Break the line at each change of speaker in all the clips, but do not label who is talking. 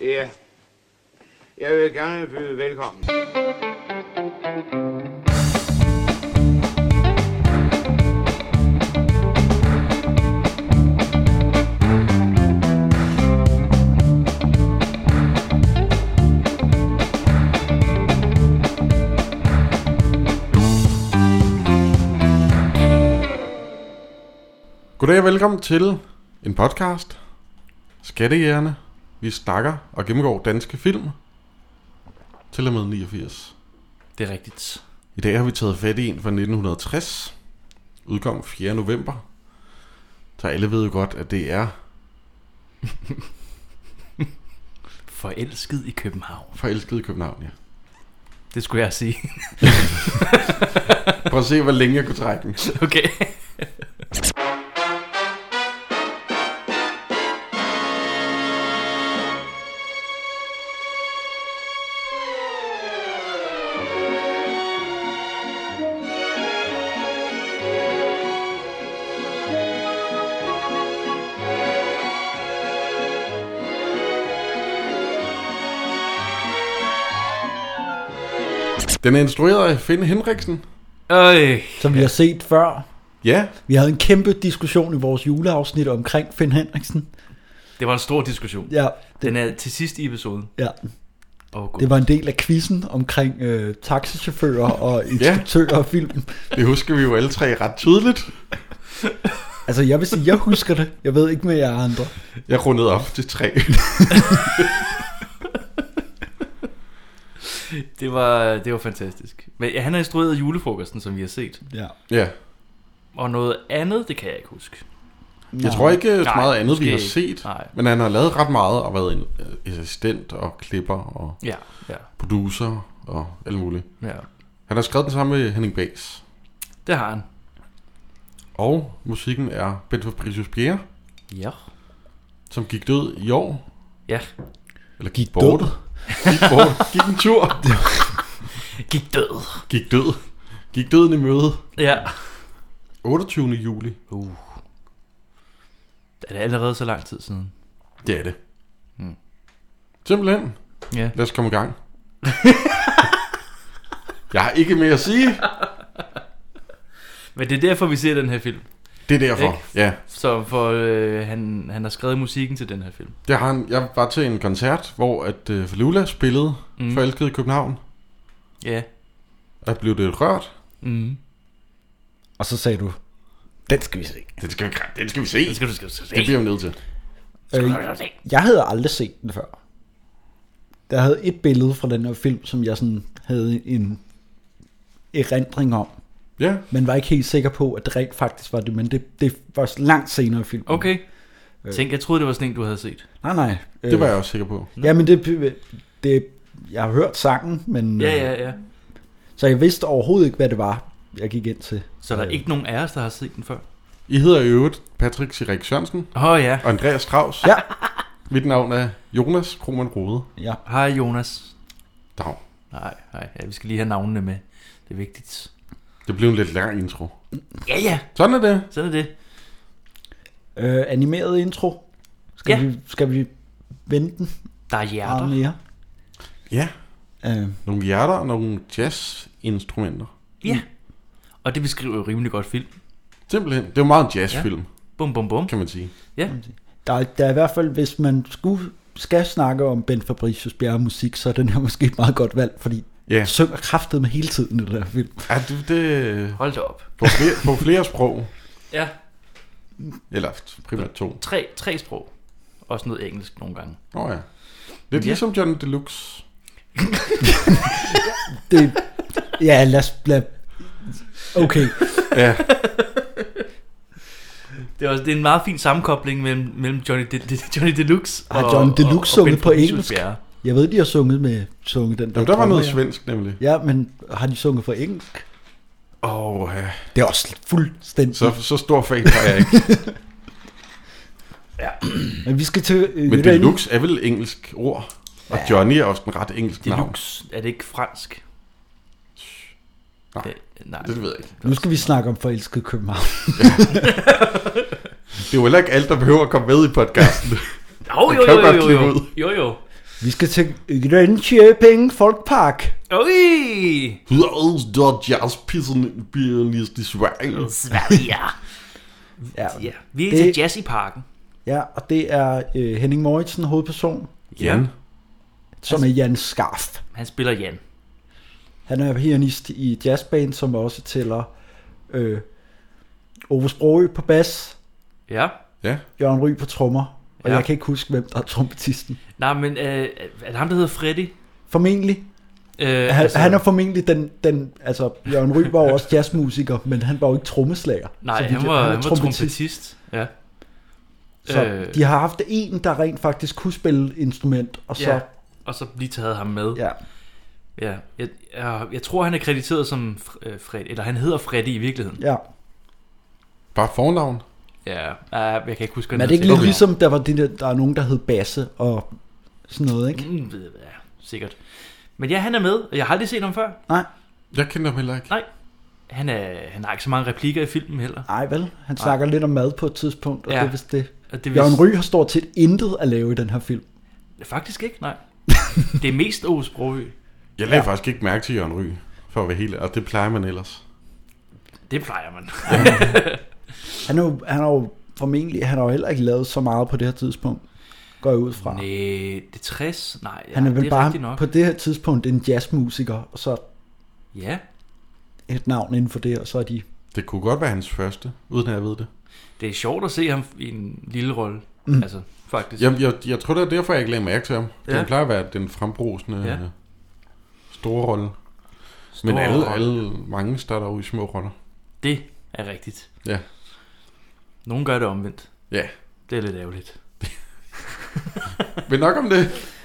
Ja. Jeg vil gerne byde velkommen.
Goddag og velkommen til en podcast, Skattejægerne. Vi snakker og gennemgår danske film, til og med 89.
Det er rigtigt.
I dag har vi taget fat i en fra 1960, udkom 4. november. Så alle ved jo godt, at det er
Forelsket i København.
forelsket i København, ja.
Det skulle jeg sige.
Prøv at se, hvor længe jeg kunne trække den.
Okay.
Den er instrueret af Finn Henriksen.
Øj.
Som vi har set før.
Ja,
Vi havde en kæmpe diskussion i vores juleafsnit omkring Finn Henriksen.
Det var en stor diskussion.
Ja,
Den er til sidst i episoden.
ja.
Åh, oh,
det var en del af quizzen omkring øh, taxichauffører og instruktører af filmen.
det husker vi jo alle tre ret tydeligt.
Altså jeg vil sige, jeg husker det. Jeg ved ikke med jer andre.
Jeg rundede op til tre.
det, var, det var fantastisk. Men ja, han har instrueret julefrokosten, som vi har set.
Ja.
Ja,
Og noget andet, det kan jeg ikke huske.
Jeg tror ikke Nej, så
Nej,
meget andet, vi
måske
har
ikke.
set.
Nej.
Men han har lavet ret meget og været en øh, assistent og klipper og
Ja, ja,
producer og alt muligt.
ja.
Han har skrevet den sammen med Henning Baes.
Det har han.
Og musikken er Bent Fabricius Bjerre,
Ja.
som gik død i år.
Ja.
Eller gik
Død?
bort. Gik bort. Gik en tur.
Gik død.
Gik død. Gik døden i møde.
Ja.
28. juli.
Uh. Er det allerede så lang tid siden?
Det er det.
Mm.
Simpelthen.
Ja.
Lad os komme i gang. Jeg har ikke mere at sige.
Men det er derfor, vi ser den her film.
Det er derfor.
Ikke?
Ja.
Så for øh, han, han har skrevet musikken til den her film.
Det har han. Jeg var til en koncert, hvor at øh, Falula spillede mm.
Mm.
Forelsket i København.
Ja.
Der blev det rørt.
Mm.
Og så sagde du, den skal vi se.
Den skal vi, den skal vi se.
Det skal du skal, du skal se.
Det bliver vi nødt til.
Øh,
skal du se.
jeg havde aldrig set den før. Der havde et billede fra den her film, som jeg sådan havde en erindring om.
Ja,
Men var ikke helt sikker på, at det rent faktisk var det, men det, det var langt senere i filmen.
Okay.
Øh.
Tænk, jeg troede, det var sådan en, du havde set.
Nej, nej. Øh,
det var jeg også sikker på.
Ja, men det, det, jeg har hørt sangen, men øh,
Ja, ja, ja.
så jeg vidste overhovedet ikke, hvad det var, jeg gik ind til.
Så der er ikke nogen af os, der har set den før?
I hedder i øvrigt Patrick Sirik Sørensen
Åh oh, ja.
og Andreas Strauss.
Ja.
Mit navn er Jonas Krohmann Rode.
Ja,
Hej Jonas.
Dag.
Nej, nej, ja, vi skal lige have navnene med. Det er vigtigt.
Det blev en lidt lang intro.
Ja, ja.
Sådan er det.
Sådan er det.
øh, animeret intro. Skal,
Ja.
vi, skal vi vente den
Der er
meget
hjerter.
mere?
Ja.
Øh,
Nogle hjerter og nogle jazzinstrumenter.
Ja. Og det beskriver jo rimelig godt film.
Simpelthen. Det er jo meget en jazzfilm, ja.
Bum, bum, bum.
kan man sige.
der, er- der er i hvert fald, hvis man skulle, skal snakke om Ben Fabricius Bjerre musik, så er den her måske et meget godt valg, fordi
Ja,
ja. synger kraftet med hele tiden i den her film.
ja det, det
Hold da op.
på, flere, på flere sprog.
Ja.
Eller primært to.
Tre, tre sprog. Også noget engelsk nogle gange.
Nå oh, ja. Lidt
Ja.
ligesom John Deluxe.
Det, ja, lad os... Lad, okay,
Ja,
Det er, også, det er en meget fin sammenkobling mellem, mellem Johnny, De, De, Johnny Deluxe
Har Johnny Deluxe sunget
Ben
på
Fabricius
engelsk?
Bjerre.
jeg ved, de har sunget med sunget den der.
Jamen, der var
drømme
noget
her.
svensk nemlig.
Ja, men har de sunget for engelsk?
Åh, oh, ja.
Det er også fuldstændig.
Så, så stor fan var jeg ikke.
Men vi skal til... Øh,
Men
et andet-
Deluxe er vel engelsk ord. Og Johnny er også en ret engelsk navn.
Deluxe. Er det ikke fransk?
Nej.
Det, nej.
Det ved jeg ikke.
Nu skal vi snakke om forelsket København.
Det er jo heller ikke alt, der behøver at komme med i podcasten.
Jo, jo,
kan
jo,
godt
jo,
klippe
jo,
ud.
jo, jo.
Vi skal til øh, Grønkjøbing Folkpark.
Oj!
Hur jazzpianist i Sverige?
Sverige.
Ja,
Ja, vi er
Det-
til jazz i parken.
ja og det er øh, Henning Moritzen, hovedperson,
Jan.
som er Jan Skarf.
Han spiller Jan.
Han er pianist i jazzband, som også tæller øh, Ove Sprogø på bas,
Ja.
Ja.
Jørgen Ry på trommer, og
Ja.
ja. jeg kan ikke huske, hvem der er trompetisten.
Nej, men øh, er det ham, der hedder Freddy?
Formentlig.
Øh,
Han, altså, han er formentlig den, den, altså Jørgen Ry var jo også jazzmusiker, men han var jo ikke trommeslager.
Nej,
Så vidt
han
jeg-
var, han var trompetist. Ja.
Så
Øh.
de har haft en, der rent faktisk kunne spille instrument, og så...
ja. Og så lige taget ham med.
ja.
Ja, jeg, jeg, jeg tror, han er krediteret som Fr- øh, Fred, eller han hedder Freddy i virkeligheden.
ja.
Bare fornavn.
Ja, uh, jeg kan ikke huske, hvad
Men er
han
det ikke
hedder
lidt
til
ligesom, der var de der, der er nogen, der hed Basse og sådan noget, ikke?
efternavn. Mm, ved- Ja, sikkert. Men ja, han er med, og jeg har aldrig set ham før.
Jeg kender ham heller ikke.
Han, er, han har ikke så mange replikker i filmen heller.
Nej, vel? Han snakker lidt om mad på et tidspunkt, og
Ja.
ja. det er vist det.
Og det
Jørgen Ry har stort set intet at lave i den her film.
Faktisk ikke, nej. det er mest Aarhus Sprogø.
Jeg lagde ja. faktisk ikke mærke til Jørgen Ry, for at være helt og det plejer man ellers.
Det plejer man.
Han er jo, han er jo formentlig, han har jo heller ikke lavet så meget på det her tidspunkt, går jeg ud fra.
Nej, det er 60. Nej, ja,
han er vel
det er rigtigt
bare
nok.
på det her tidspunkt en jazzmusiker, og så
Ja,
et navn inden for det, og så er de...
Det kunne godt være hans første, uden at jeg ved det.
det er sjovt at se ham i en lille rolle. Mm. Altså, faktisk.
Jeg, jeg, jeg tror, det er derfor, jeg ikke lagde mærke til ham. Ja.
Ja.
Den plejer at være den frembrusende
Ja.
ja. store rolle.
Stor
Men alle,
rolle.
alle mange starter jo i små roller.
Det er rigtigt.
Ja.
Nogen gør det omvendt.
Ja,
Det er lidt ærgerligt.
men nok om det.
Øh,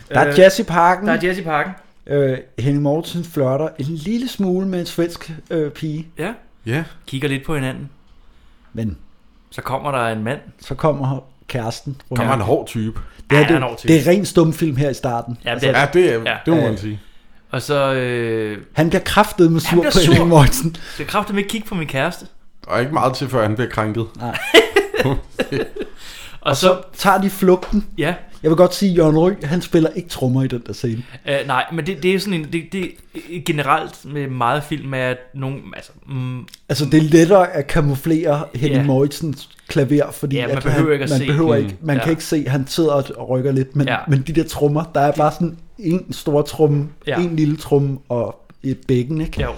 Der er jazz i parken.
Der er jazz i parken.
Øh, Henning Mortensen flørter en lille smule med en svensk øh, pige,
Ja.
Ja,
Kigger lidt på hinanden.
men
Så kommer der en mand.
så kommer kæresten. rundt.
kommer en hård type.
det,
Ja,
er,
han er over
det,
til.
det er ren stumfilm her i starten.
Ja, det er,
Ja, det, er,
Ja.
ja. det må
Ja.
man sige.
Altså, Og så... Øh,
Han bliver kraftet med sur
bliver
på
sur.
Henning Mortensen.
så kræfter med kigge på min kæreste.
Og ikke meget til, før han bliver krænket.
Nej.
Og, og så...
Tager de flugten.
Ja.
Jeg vil godt sige, at Jørgen Ryg, han spiller ikke trommer i den der scene.
Øh, nej, men det, det er sådan en... Det, det, generelt med meget film er, at nogen... Altså, mm,
Altså, det er lettere at kamuflere Henning
Ja.
yeah. Mortensens klaver, fordi
Ja, man
at
behøver
han,
ikke at
man
se
behøver
den.
ikke, man
Ja.
kan ikke se, han sidder og- og rykker lidt, men,
Ja.
ja. men de der trommer, der er bare sådan en stor tromme,
Ja.
ja. en lille tromme og et bækken, ikke?
jo.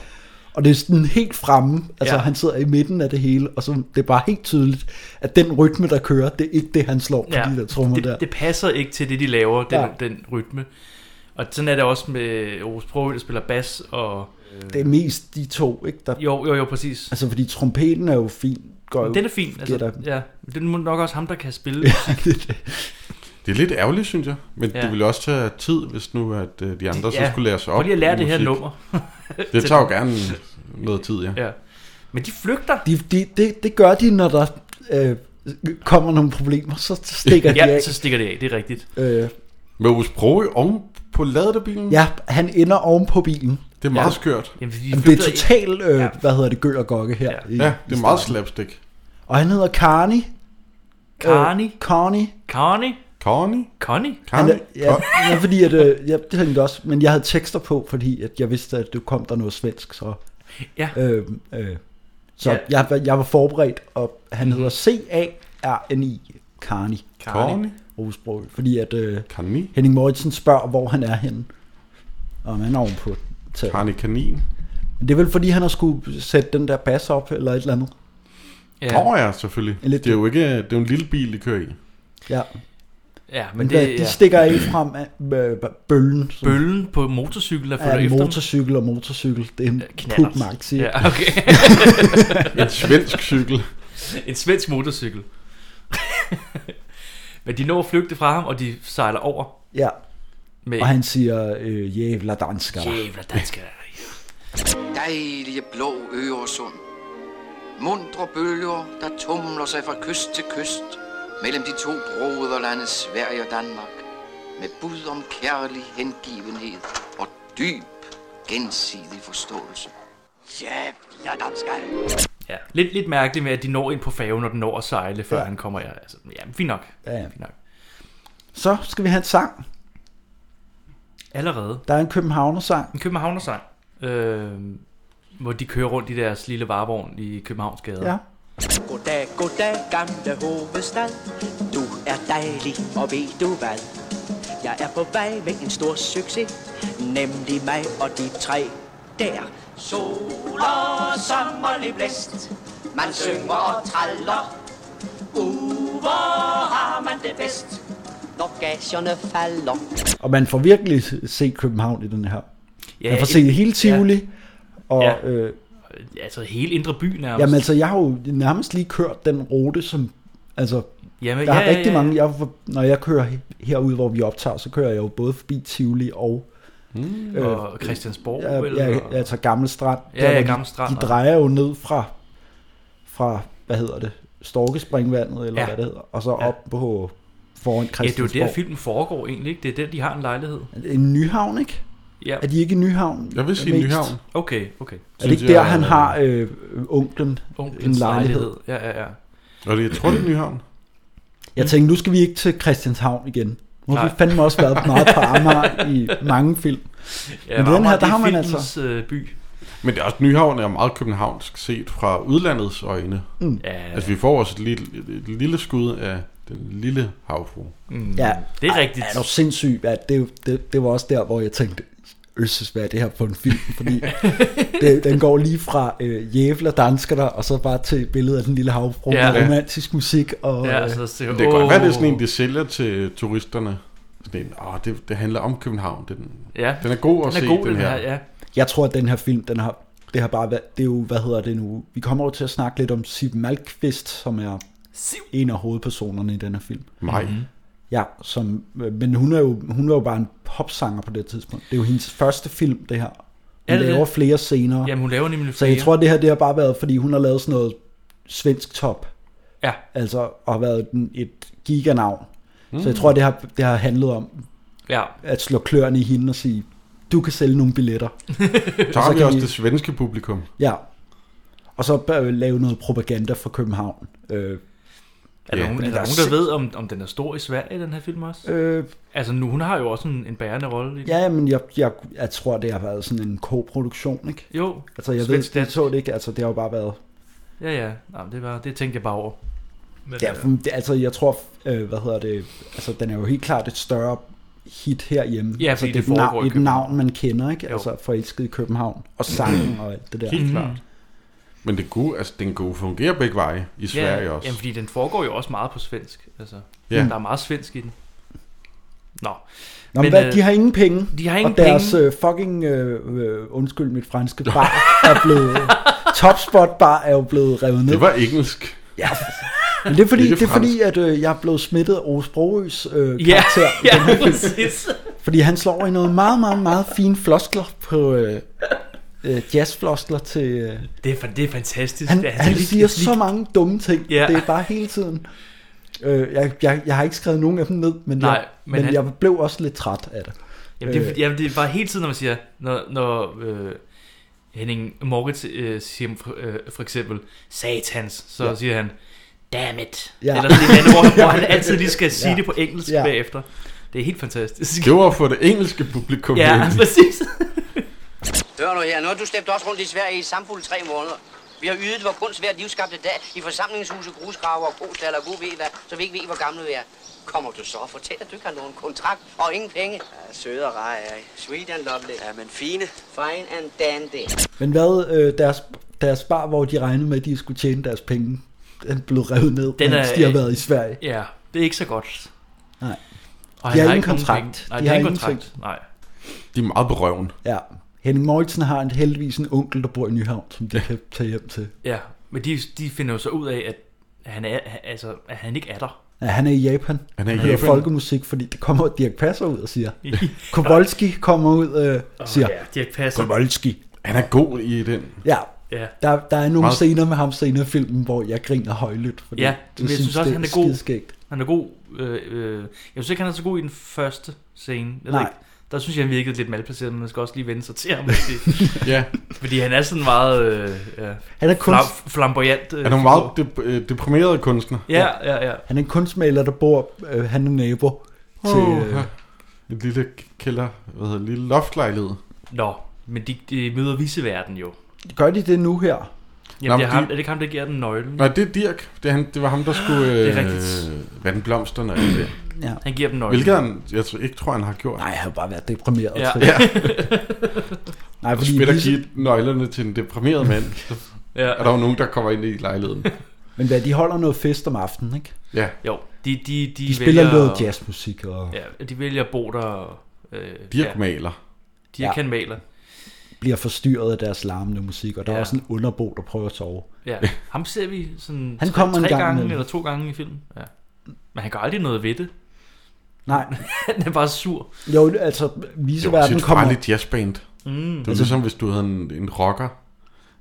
Og det er sådan helt fremme, altså
Ja.
ja. han sidder i midten af det hele, og så det er bare helt tydeligt, at den rytme, der kører, det er ikke det, han slår på
Ja,
ja. de der trommer der.
det, det passer ikke til det, de laver, den, ja.
Ja.
den rytme. Og sådan er det også med Aarhus Pro, der spiller bas og...
Det er mest de to, ikke? Der,
Jo, jo, jo, præcis.
altså, fordi trompeten er jo fin, går jo...
Den er fin.
Gætter.
Altså, ja, det er nok også ham, der kan spille.
Det er lidt ærgerligt, synes jeg. Men
Ja.
ja. det ville også tage tid, hvis nu at øh, de andre
Ja.
så skulle lære sig op.
Prøv lige at lære
i
det her
musik.
nummer.
Det tager jo gerne noget tid, ja.
Ja. Men de flygter.
De, de, det, det gør de, når der øh, kommer nogle problemer, så stikker de
Ja,
af.
så stikker det af, det er rigtigt.
Øh,
Med Aarhus Broø oven på ladebilen?
ja, han ender oven på bilen.
Det er meget
Ja.
ja. skørt.
Jamen, de
Jamen, det
flygter
er totalt, øh,
Ja.
ja. hvad hedder det, gør og gokke her.
Ja.
i-
Ja, det
i
er meget
starten.
slapstick.
Og han hedder Carney. Øh,
ikke. Carney,
Carney.
Carney,
Connie?
Connie.
Han
Connie?
er, ja, ja, fordi at, øh, ja, det tænkte jeg også, men jeg havde tekster på, fordi at jeg vidste, at du kom der noget svensk, så...
Ja.
Øh, øh, så
Ja.
ja. jeg, var- jeg var forberedt, og han hedder C-A-R-N-I, Carney,
Connie?
Rosbrøl, fordi at øh,
Connie?
Henning Mortensen spørger, hvor han er henne, og han er ovenpå taget.
Connie Kanin?
Men det er vel, fordi han har skulle sætte den der bas op, eller et eller andet.
Ja,
Åh ja. ja, selvfølgelig.
En lidt-
Det er jo ikke, det er jo en lille bil, de kører i.
Ja,
ja men
men
det
det,
er
de stikker af frem af øh, bølgen, som
bøllen på motorcykel, der følger
er
efter dem.
motorcykel og motorcykel. Det er en
Knallert.
putmagt, siger
Ja,
jeg.
okay.
En svensk cykel.
En svensk motorcykel. men de når at flygte fra ham, og de sejler over
ja.
med
Og han siger, øh, jævla dansker.
jævla dansker.
Dejlige blå Øresund. Mundre bølger, der tumler sig fra kyst til kyst mellem de to broderlande Sverige og Danmark. Med bud om kærlig hengivenhed og dyb gensidig forståelse. Jævla danskal.
Ja, lidt, lidt mærkeligt med, at de når ind på færgen, når den når at sejle, før ja.
Ja.
han kommer. Ja, altså, ja, fint nok.
Ja.
Fint nok.
Så skal vi have en sang.
allerede.
Der er en københavnersang.
En københavnersang, øh, hvor de kører rundt i deres lille varevogn i Københavns gader.
Ja.
Goddag, goddag, gamle hovedstad. Du er dejlig, og ved du hvad? Jeg er på vej med en stor succes, nemlig mig og de tre der. Sol og sommerlig blæst, man synger og traller. Uh, hvor har man det bedst, når gagerne falder.
Og man får virkelig se København i den her.
Ja,
Man får
et-
set hele Tivoli. Og
Ja.
øh,
Altså hele indre by nærmest.
jamen altså, jeg har jo nærmest lige kørt den rute, som... Altså,
Jamen,
der er rigtig mange... Jeg, når jeg kører he- herude, hvor vi optager, så kører jeg jo både forbi Tivoli og... Mm,
Og Christiansborg,
Ja,
eller?
ja, ja, altså Gammel Strand.
Ja,
Der,
ja,
hvor de-
Gammel Strand,
De
og-
drejer jo ned fra, fra hvad hedder det, Storkespringvandet, eller
Ja.
ja. hvad det hedder, og så op på foran
ja, det er jo
Christiansborg.
der, filmen foregår egentlig, ikke? Det er der, de har en lejlighed.
En Nyhavn, ikke?
Ja,
Er de ikke i Nyhavn?
Jeg vil sige
mest?
Nyhavn.
okay, okay.
Er det ikke
Synes
der,
jeg,
han
øh,
har øh, onklen?
Onklens
En lejlighed.
Ja, ja, ja.
Og det, jeg tror, det er Nyhavn.
Jeg tænkte, nu skal vi ikke til Christianshavn igen. Nu har vi
Nej.
fandme også været meget på Amager i mange film.
Mm.
ja
Men den
Amager,
her, der
det er
har man
filmens,
altså-
Øh, by.
Men det er også, Nyhavn er meget københavnsk set fra udlandets øjne.
Mm.
Ja,
Altså, vi får også et lille, et, et lille skud af den lille havfru.
mm,
Ja.
det er rigtigt.
Ja, det var sindssygt. Ja, det, er jo- det, det var også der, hvor jeg tænkte, øsses, hvad er det her på en film? Fordi det, den går lige fra øh, Jævler dansker der, og så bare til billedet af den lille havfru
Ja.
ja. med romantisk musik. Og, øh,
Ja,
ja,
altså, så,
Det kan godt være, det er sådan en, de sælger til turisterne. Sådan en, åh, det, det handler om København. Det, er den,
Ja,
den er god at
den er
se,
god,
den her.
ja.
Jeg tror, at den her film, den har, det har bare været, det er jo, hvad hedder det nu? Vi kommer over til at snakke lidt om Sib Malkvist, som er
Siv.
en af hovedpersonerne i den her film.
Maj.
Mhm.
Ja, som, øh, men hun, er jo, hun var jo bare en popsanger på det tidspunkt. Det er jo hendes første film, det her. Hun
Er det det?
laver flere senere.
Jamen, hun laver nemlig
Så
flere.
jeg tror, det her det har bare været, fordi hun har lavet sådan noget svensk top.
Ja.
Altså, og har været den- et giganavn. Mm. Så jeg tror, det har, det har handlet om
Ja,
at slå kløerne i hende og sige, du kan sælge nogle billetter.
Så
så
har vi
kan
også
vi-
det svenske publikum.
Ja. Og så bør vi lave noget propaganda for København.
er
Øh,
der,
Ja.
nogen, er der
Men der
nogen,
er
der
sind-
ved, om, om den er stor i Sverige, den her film også?
øh,
Altså, nu, hun har jo også en, en bærende rolle i den.
ja, men jeg, jeg, jeg tror, det har været sådan en koproduktion, ikke?
Jo,
Altså, jeg
Svensk
ved, jeg
dansk.
så det ikke. Altså, det har jo bare været...
ja, ja. Nå, men det, var, det tænkte jeg bare over. Men,
øh,
Ja, for, det, altså, jeg tror, øh, hvad hedder det... Altså, den er jo helt klart et større hit herhjemme.
Ja,
altså,
fordi
er
det
et
foregår i
navn, et
København.
navn, man kender, ikke?
Jo. Mm.
Jo. Altså, forelsket i København. Og sangen og alt det der.
Mhm.
Helt klart. Men det kunne, altså, den kunne fungere begge veje i Sverige
ja,
også.
Jamen, fordi den foregår jo også meget på svensk. Altså,
Ja.
ja. Der er meget svensk i den. Nå,
Nå, men,
Men,
hvad,
øh,
de har ingen penge.
de har ingen
og deres
penge.
Øh, fucking, øh, øh, undskyld mit franske bar, er blevet... Topspot bar er jo blevet revet ned.
Det var engelsk.
Men det er fordi,
ikke
det er fordi
fransk.
at øh, jeg er blevet smittet af Ove Sprogøs øh,
ja,
karakter. i den
ja
her film.
præcis.
Fordi han slår over i noget meget, meget, meget fine floskler på øh, øh, jazzfloskler til... Øh,
Det er, fa- det er fantastisk.
han,
det er,
han
lige-
siger
lige-
så mange dumme ting.
Ja.
Det er bare hele tiden... Øh, jeg, jeg, jeg har ikke skrevet nogen af dem ned, men,
Nej,
jeg,
men
men
han-
jeg blev også lidt træt af det.
Jamen, det, øh, jamen, det er bare hele tiden, når man siger, når, når øh, Henning Morgit øh, siger for, øh, for eksempel, satans, så ja. siger han, damn it.
Ja.
Ja. Eller sådan et eller andet, hvor, hvor han altid lige skal sige
Ja.
ja. det på engelsk
Ja.
ja. bagefter. Det er helt fantastisk.
Det var for det engelske publikum.
Ja,
egentlig.
præcis.
Hør nu her, noget du slæbte også rundt i Sverige i samfulde tre måneder. Vi har ydet vores kunst hver livskabte dag i forsamlingshuse, grusgrave og kostaller og god ved hvad, så vi ikke ved, hvor gamle vi er. Kommer du så og fortæller, at du ikke har nogen kontrakt og ingen penge? Ja, søde og rare er I. Sweet and lovely. Ja, men fine. Fine and dandy.
Men hvad øh, deres, deres bar, hvor de regnede med, at de skulle tjene deres penge, den blev revet ned,
Den
den
er-
mens de har været i Sverige.
Ja, det er ikke så godt.
Nej.
Og han
De har
ikke
ingen
nogen
kontrakt.
penge. Nej,
De
de, har
har
ingen
ingenting.
kontrakt. Nej.
De er meget på røven.
Ja. Henning Møjtsen har en, heldigvis en onkel, der bor i Nyhavn, som de kan tage hjem til.
Ja, men de, de finder jo så ud af, at han, er, altså, at han ikke er der.
Ja, han er i Japan.
Han er i
Han hører
Japan.
folkemusik, fordi det kommer Dirk Passer ud og siger. Kowalski kommer ud og øh, siger,
Ja, de passer.
Kowalski.
Han er god i den.
Ja,
Ja.
der, der er nogle
Meget-
scener med ham senere i filmen, hvor jeg griner højlydt. Fordi
Ja, men jeg synes også,
det
han er god.
skideskægt.
Han er god. Øh, øh, jeg synes ikke, han er så god i den første scene. Jeg ved
Nej.
ikke. Der synes jeg, han virkede lidt malplaceret, men man skal også lige vende sig til ham. Fordi,
Ja,
fordi han er sådan meget øh, ja,
Han er, kunst,
flam, flamboyant. Øh,
han er en meget de- øh, deprimeret kunstner.
Ja, ja, ja.
han er en kunstmaler, der bor, øh, han er nabo til,
Åh,
øh,
ja. En lille kælder, hvad hedder det, lille loftlejlighed.
Nå, men de, de møder viseverden jo.
Gør de det nu her?
Jamen,
Nå,
Nå, det er,
men de-
ham, er det ikke ham, der giver den nøglen?
Nej, det er Dirk. Det, er han, det var ham, der skulle øh,
Det er rigtigt.
vande blomsterne og alt det.
Ja.
Han giver den nøglen.
Hvilket han, jeg tror, ikke tror, han har gjort.
Nej, jeg har bare været deprimeret.
Ja.
tror
Ja,
jeg. Nej, fordi
spiller
Lise,
Kit nøglerne til en deprimeret mand. Så er
Ja.
der jo nogen, der kommer ind i lejligheden.
men hvad, de holder noget fest om aftenen, ikke?
Ja,
Jo, de, de, de,
De spiller
vælger,
noget jazzmusik, og ja.
Ja, de vælger at bo der. og, Øh,
Dirk
ja,
maler.
Dirk
Ja.
han maler.
bliver forstyrret af deres larmende musik, og der ja. er
Ja.
også en underbo, der prøver at sove.
Ja. Ham ser vi sådan
Han
tre,
kommer en
tre
gang
gange
imellem.
eller to gange i filmen. Ja. Men han gør aldrig noget ved det.
Nej,
han er bare sur.
jo, altså,
Det var også
viseverden
et
kommer...
farligt jazzband.
Mm.
Det var ligesom, hvis du havde en, en rocker.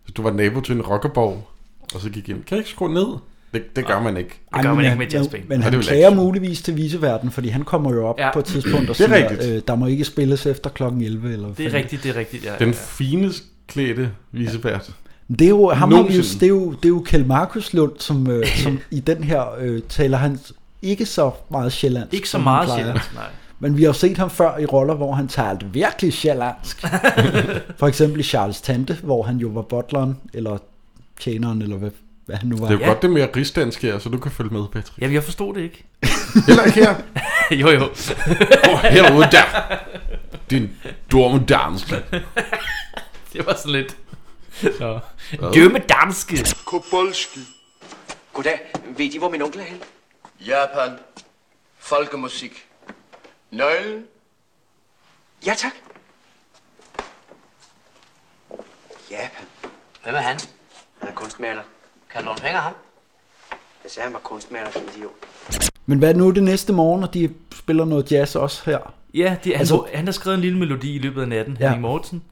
Hvis du var nabo til en rockerborg, og så gik ind, kan jeg ikke skrue ned? Det, det gør man ikke.
Ej,
gør
men
man ikke
han-
med et jazzband.
Men
Nej, det
han
er vel
klager
ikke.
muligvis til viseverden, fordi han kommer jo op ja.
Ja.
på et tidspunkt og
Det er
siger,
rigtigt.
øh, der må ikke spilles efter klokken 11. Eller hvad
Det er
fanden.
rigtigt, det er rigtigt. Ja, ja,
Den
ja.
finest klædte visevært.
Det er jo, ham har vi jo,
Nogensinde.
det er jo, det er jo Kjell Markus Lund, som, øh, som i den her øh, taler han ikke så meget sjællandsk.
Ikke så
som han
meget
plejer.
sjældent, nej.
Men vi har jo set ham før i roller, hvor han talte virkelig sjællandsk. For eksempel i Charles Tante, hvor han jo var butleren, eller tjeneren, eller hvad, hvad han nu var.
Det er jo
Ja.
godt, det er mere rigsdansk her, så du kan følge med, Patrick.
Jamen, jeg forstod det ikke.
Heller ikke her.
jo, jo.
Oh, herude der. Din dumme danske.
Det var sådan lidt... Nå. Dømme danske.
Kobolski.
Goddag. Ved I, hvor min onkel er henne?
Japan. Folkemusik. Nøglen.
Ja, tak. Japan.
Hvem er han?
Han er kunstmaler.
Kan du låne penge af ham?
Jeg sagde, han var kunstmaler som idiot.
Men hvad nu er det næste morgen, når de spiller noget jazz også her?
Ja, det, han,
Altså-
altså, han har skrevet en lille melodi i løbet af natten,
Ja.
ja. Henning Mortensen.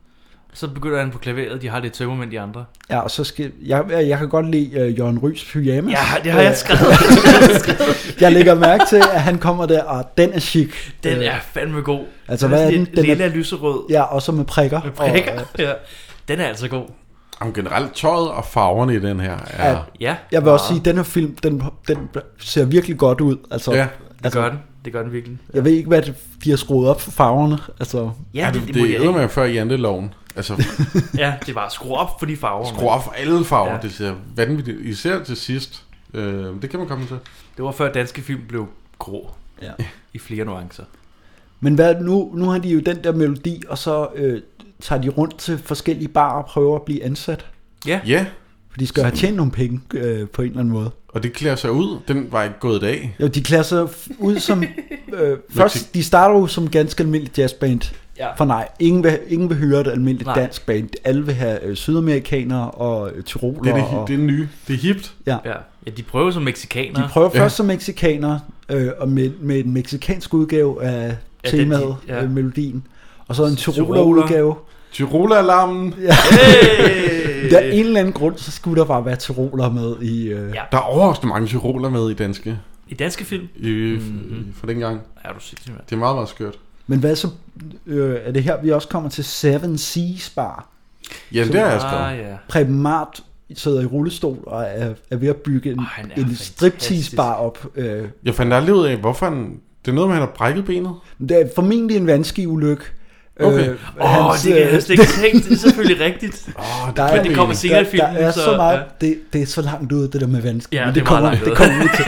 Så begynder han på klaveret, de har lidt tømmermænd de andre.
Ja, og så skal, jeg, jeg kan godt lide øh, Jørgen Rys pyjamas.
Ja, det har jeg skrevet.
Jeg lægger mærke til, at han kommer der, og den er chic.
Den er fandme god.
Altså,
Den er
hvad er
sådan
den?
lidt
Den er-
Lilla lyserød.
Øh, Ja, og så med prikker.
Med prikker.
Og, øh,
ja. Den er altså god.
Jamen generelt tøjet og farverne i den her er...
Ja.
Ja,
jeg vil også sige, at den her film, den, den ser virkelig godt ud. Altså,
Ja,
det
altså,
gør den. Det gør den virkelig.
Jeg ved ikke, hvad det- de har skruet op for farverne. Altså,
Ja,
det, det, det æder man før janteloven. Altså,
Ja, det var skru op for de farver.
skru op for alle farver.
Ja.
Det ser vanvittigt. Især til sidst. Øh, det kan man komme til.
mand. Det var før danske film blev grå
ja.
i flere nuancer.
Men hvad, nu, nu har de jo den der melodi, og så øh, tager de rundt til forskellige barer og prøver at blive ansat.
Ja,
For de skal jo have tjent nogle penge øh, på en eller anden måde.
og det klæder sig ud. Den var ikke gået i dag.
Jo, de klæder sig f- ud som... Øh, først, de starter jo som ganske almindeligt jazzband.
Ja.
For nej, ingen vil, ingen vil høre et almindeligt
Nej.
dansk band. Alle vil have øh, sydamerikanere og øh, tyroler.
Det er det, hi-
og,
det er nye. Det er hipt.
Ja, ja de prøver som
de
mexikanere.
prøver
Ja.
først som mexikanere, øh, og med, med en mexikansk udgave af
Ja,
temaet,
det-
ja,
ja.
øh, melodien. Og så en
Tyroler.
tyroler-udgave.
Tyroler-alarmen. Øh.
Hey!
Der er en eller anden grund, så skulle der bare være tyroler med i... Øh,
Ja.
Der er overraskende mange tyroler med i danske.
I danske film?
I,
Mhm.
mm-hmm. For dengang.
Er du sindssygt, mand.
Det er meget, meget skørt.
Men hvad så... Øh, er det her, vi også kommer til Seven Seas Bar?
Ja, det har jeg
Ah,
skrevet.
ja.
Preben Mart sidder i rullestol og er, er ved at bygge en,
Åh, han er
en
fantastisk.
striptease-bar op. Øh,
Jeg fandt aldrig ud af, hvorfor han... Det er noget med, at han har brækket benet.
det er formentlig en vanskelig ulykke. Øh,
Okay.
Åh, oh, det kan jeg slet ikke tænke. Det er selvfølgelig rigtigt.
Åh, det,
der
er
er-
Men det kommer
benet.
senere i
der,
filmen,
der er så,
så
meget,
ja.
ja. det, det er så langt ud, det der med vanskelig.
Ja,
men
det er meget
kommer,
langt
det
ude.
kommer vi til.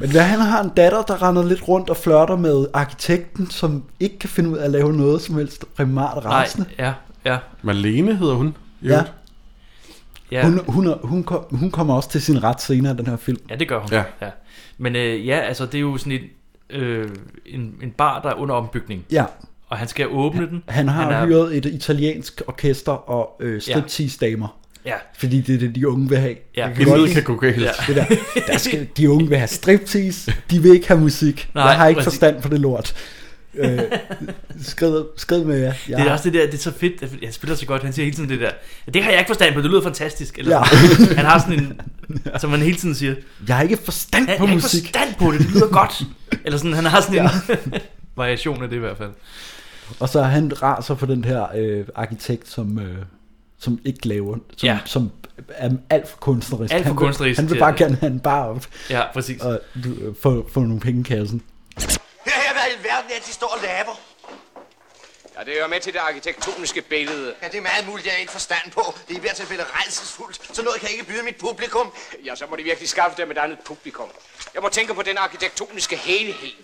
Men hvad, han har en datter, der render lidt rundt og flørter med arkitekten, som ikke kan finde ud af at lave noget som helst primært
Nej,
rasende.
ja, ja.
Malene hedder hun. i
Ja.
øvrigt.
Ja,
Hun, hun, er- hun, kom, hun kommer også til sin ret senere i den her film.
ja det gør hun.
Ja.
Ja. Ja. Men øh, ja, altså det er jo sådan en, øh, en, en bar, der er under ombygning.
Ja,
Og han skal åbne den.
han har han
er-
hyret et italiensk orkester og øh, striptease-damer,
Ja,
fordi det er det, de unge vil have.
Ja.
Jeg kan godt
Intet
lide
kan gå galt.
Ja.
det der. der skal, de unge vil have striptease, de vil ikke have musik.
Nej,
jeg har ikke
præcis.
forstand på det lort. Øh, skrid, skrid med jer. Jeg,
Det er også det der, det er så fedt, at han spiller så godt, han siger hele tiden det der, det har jeg ikke forstand på, det lyder fantastisk, eller
Ja.
ja. sådan. han har sådan en, som han hele tiden siger,
jeg har ikke forstand
han
på
har ikke
musik.
forstand på det, det lyder godt, eller sådan, han har sådan en variation af det i hvert fald.
Og så er han raser for den her øh, arkitekt, som, øh, som ikke laver, som, ja.
Ja.
som er alt for kunstnerisk.
Alt for
han vil,
kunstnerisk,
Han vil
ja.
bare gerne have en bar op
Ja, præcis.
og du, øh, få, få nogle penge i kassen.
Her, her, hvad i alverden
det er, de står og laver?
Ja, det hører med til det arkitektoniske billede.
Ja, det er meget muligt, jeg har ikke forstand på. Det er i hvert tilfælde redselsfuldt. Så noget kan jeg ikke byde mit publikum.
Ja, så må de virkelig skaffe dem et andet publikum. Jeg må tænke på den arkitektoniske helhed.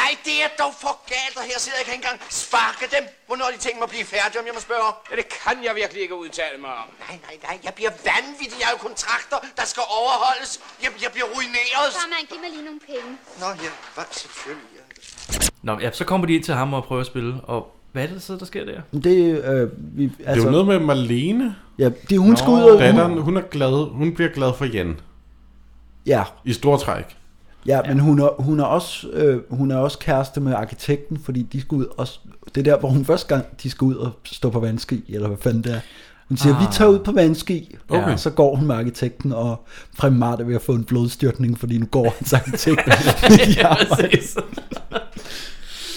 Nej, det er dog for galt, og her sidder jeg ikke engang sparke dem. Hvornår har de tænkt mig at blive færdige, om jeg må spørge?
Ja, det kan jeg virkelig ikke udtale mig om.
Nej, nej, nej, jeg bliver vanvittig. Jeg har jo kontrakter, der skal overholdes. Jeg, jeg bliver ruineret.
Farmand, giv mig lige nogle penge.
Nå ja, hvad selvfølgelig. ja.
Nå, ja, så kommer de ind til ham og prøver at spille, og hvad er det så, der sker der?
Det, øh, vi,
Det er
altså,
jo noget med Marlene.
ja, det, hun skal ud og... hun-
Datteren, hun, er glad, hun bliver glad for Jan.
Ja,
I store træk.
Ja, men hun er, hun, er også, øh, hun er også kæreste med arkitekten, fordi de skal ud og... Det er der, hvor hun første gang, de skal ud og stå på vandski, eller hvad fanden det er. Hun siger, ah. vi tager ud på vandski,
Okay.
og så går hun med arkitekten, og Prem Mart er ved at få en blodstyrtning, fordi nu går hans arkitekt.
ja,
ja,
præcis.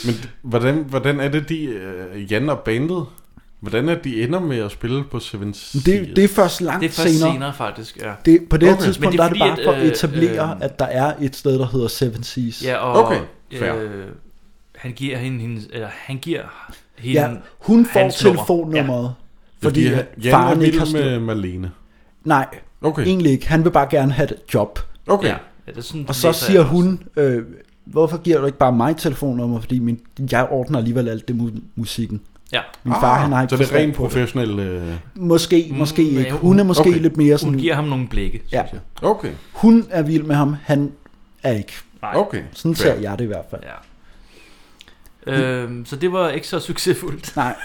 Men hvordan, hvordan er det, de, øh, Jan og bandet, hvordan er de ender med at spille på Seven Seas?
det, det er først langt
Det er først
senere.
senere,
senere.
faktisk, ja.
Det, på det her
Okay.
okay.
Men
tidspunkt
det
det
er
er, der er det
fordi,
bare for at
at, øh,
etablere,
øh,
at der er et sted, der hedder Seven Seas.
Ja, og
Okay, fair.
øh, han giver hende, hendes, eller han giver hende
ja hun får
hans nummer.
telefonnummeret, ja. fordi,
Fordi
fordi
Jan er
faren ikke har
vild
styr.
med Marlene.
Nej,
Okay,
egentlig ikke. Han vil bare gerne have et job.
okay.
Ja. Ja, det er sådan,
Og
læser
så
jeg
siger
også.
hun, øh, hvorfor giver du ikke bare mig telefonnummer, fordi min, jeg ordner alligevel alt det mu- musikken.
Ja,
Min far, han har ikke
Ah, så det er
forstand
rent
på det.
professionel... Øh,
Måske, måske
men
ikke.
hun-
Hun er måske
okay.
okay. lidt mere
hun
sådan...
giver ham nogle blikke, synes
Ja.
jeg.
okay,
Hun er vild med ham, han er ikke.
Nej.
okay.
Sådan
fair.
ser jeg det i hvert fald.
Ja. Øhm, så det var ikke så succesfuldt.
Nej.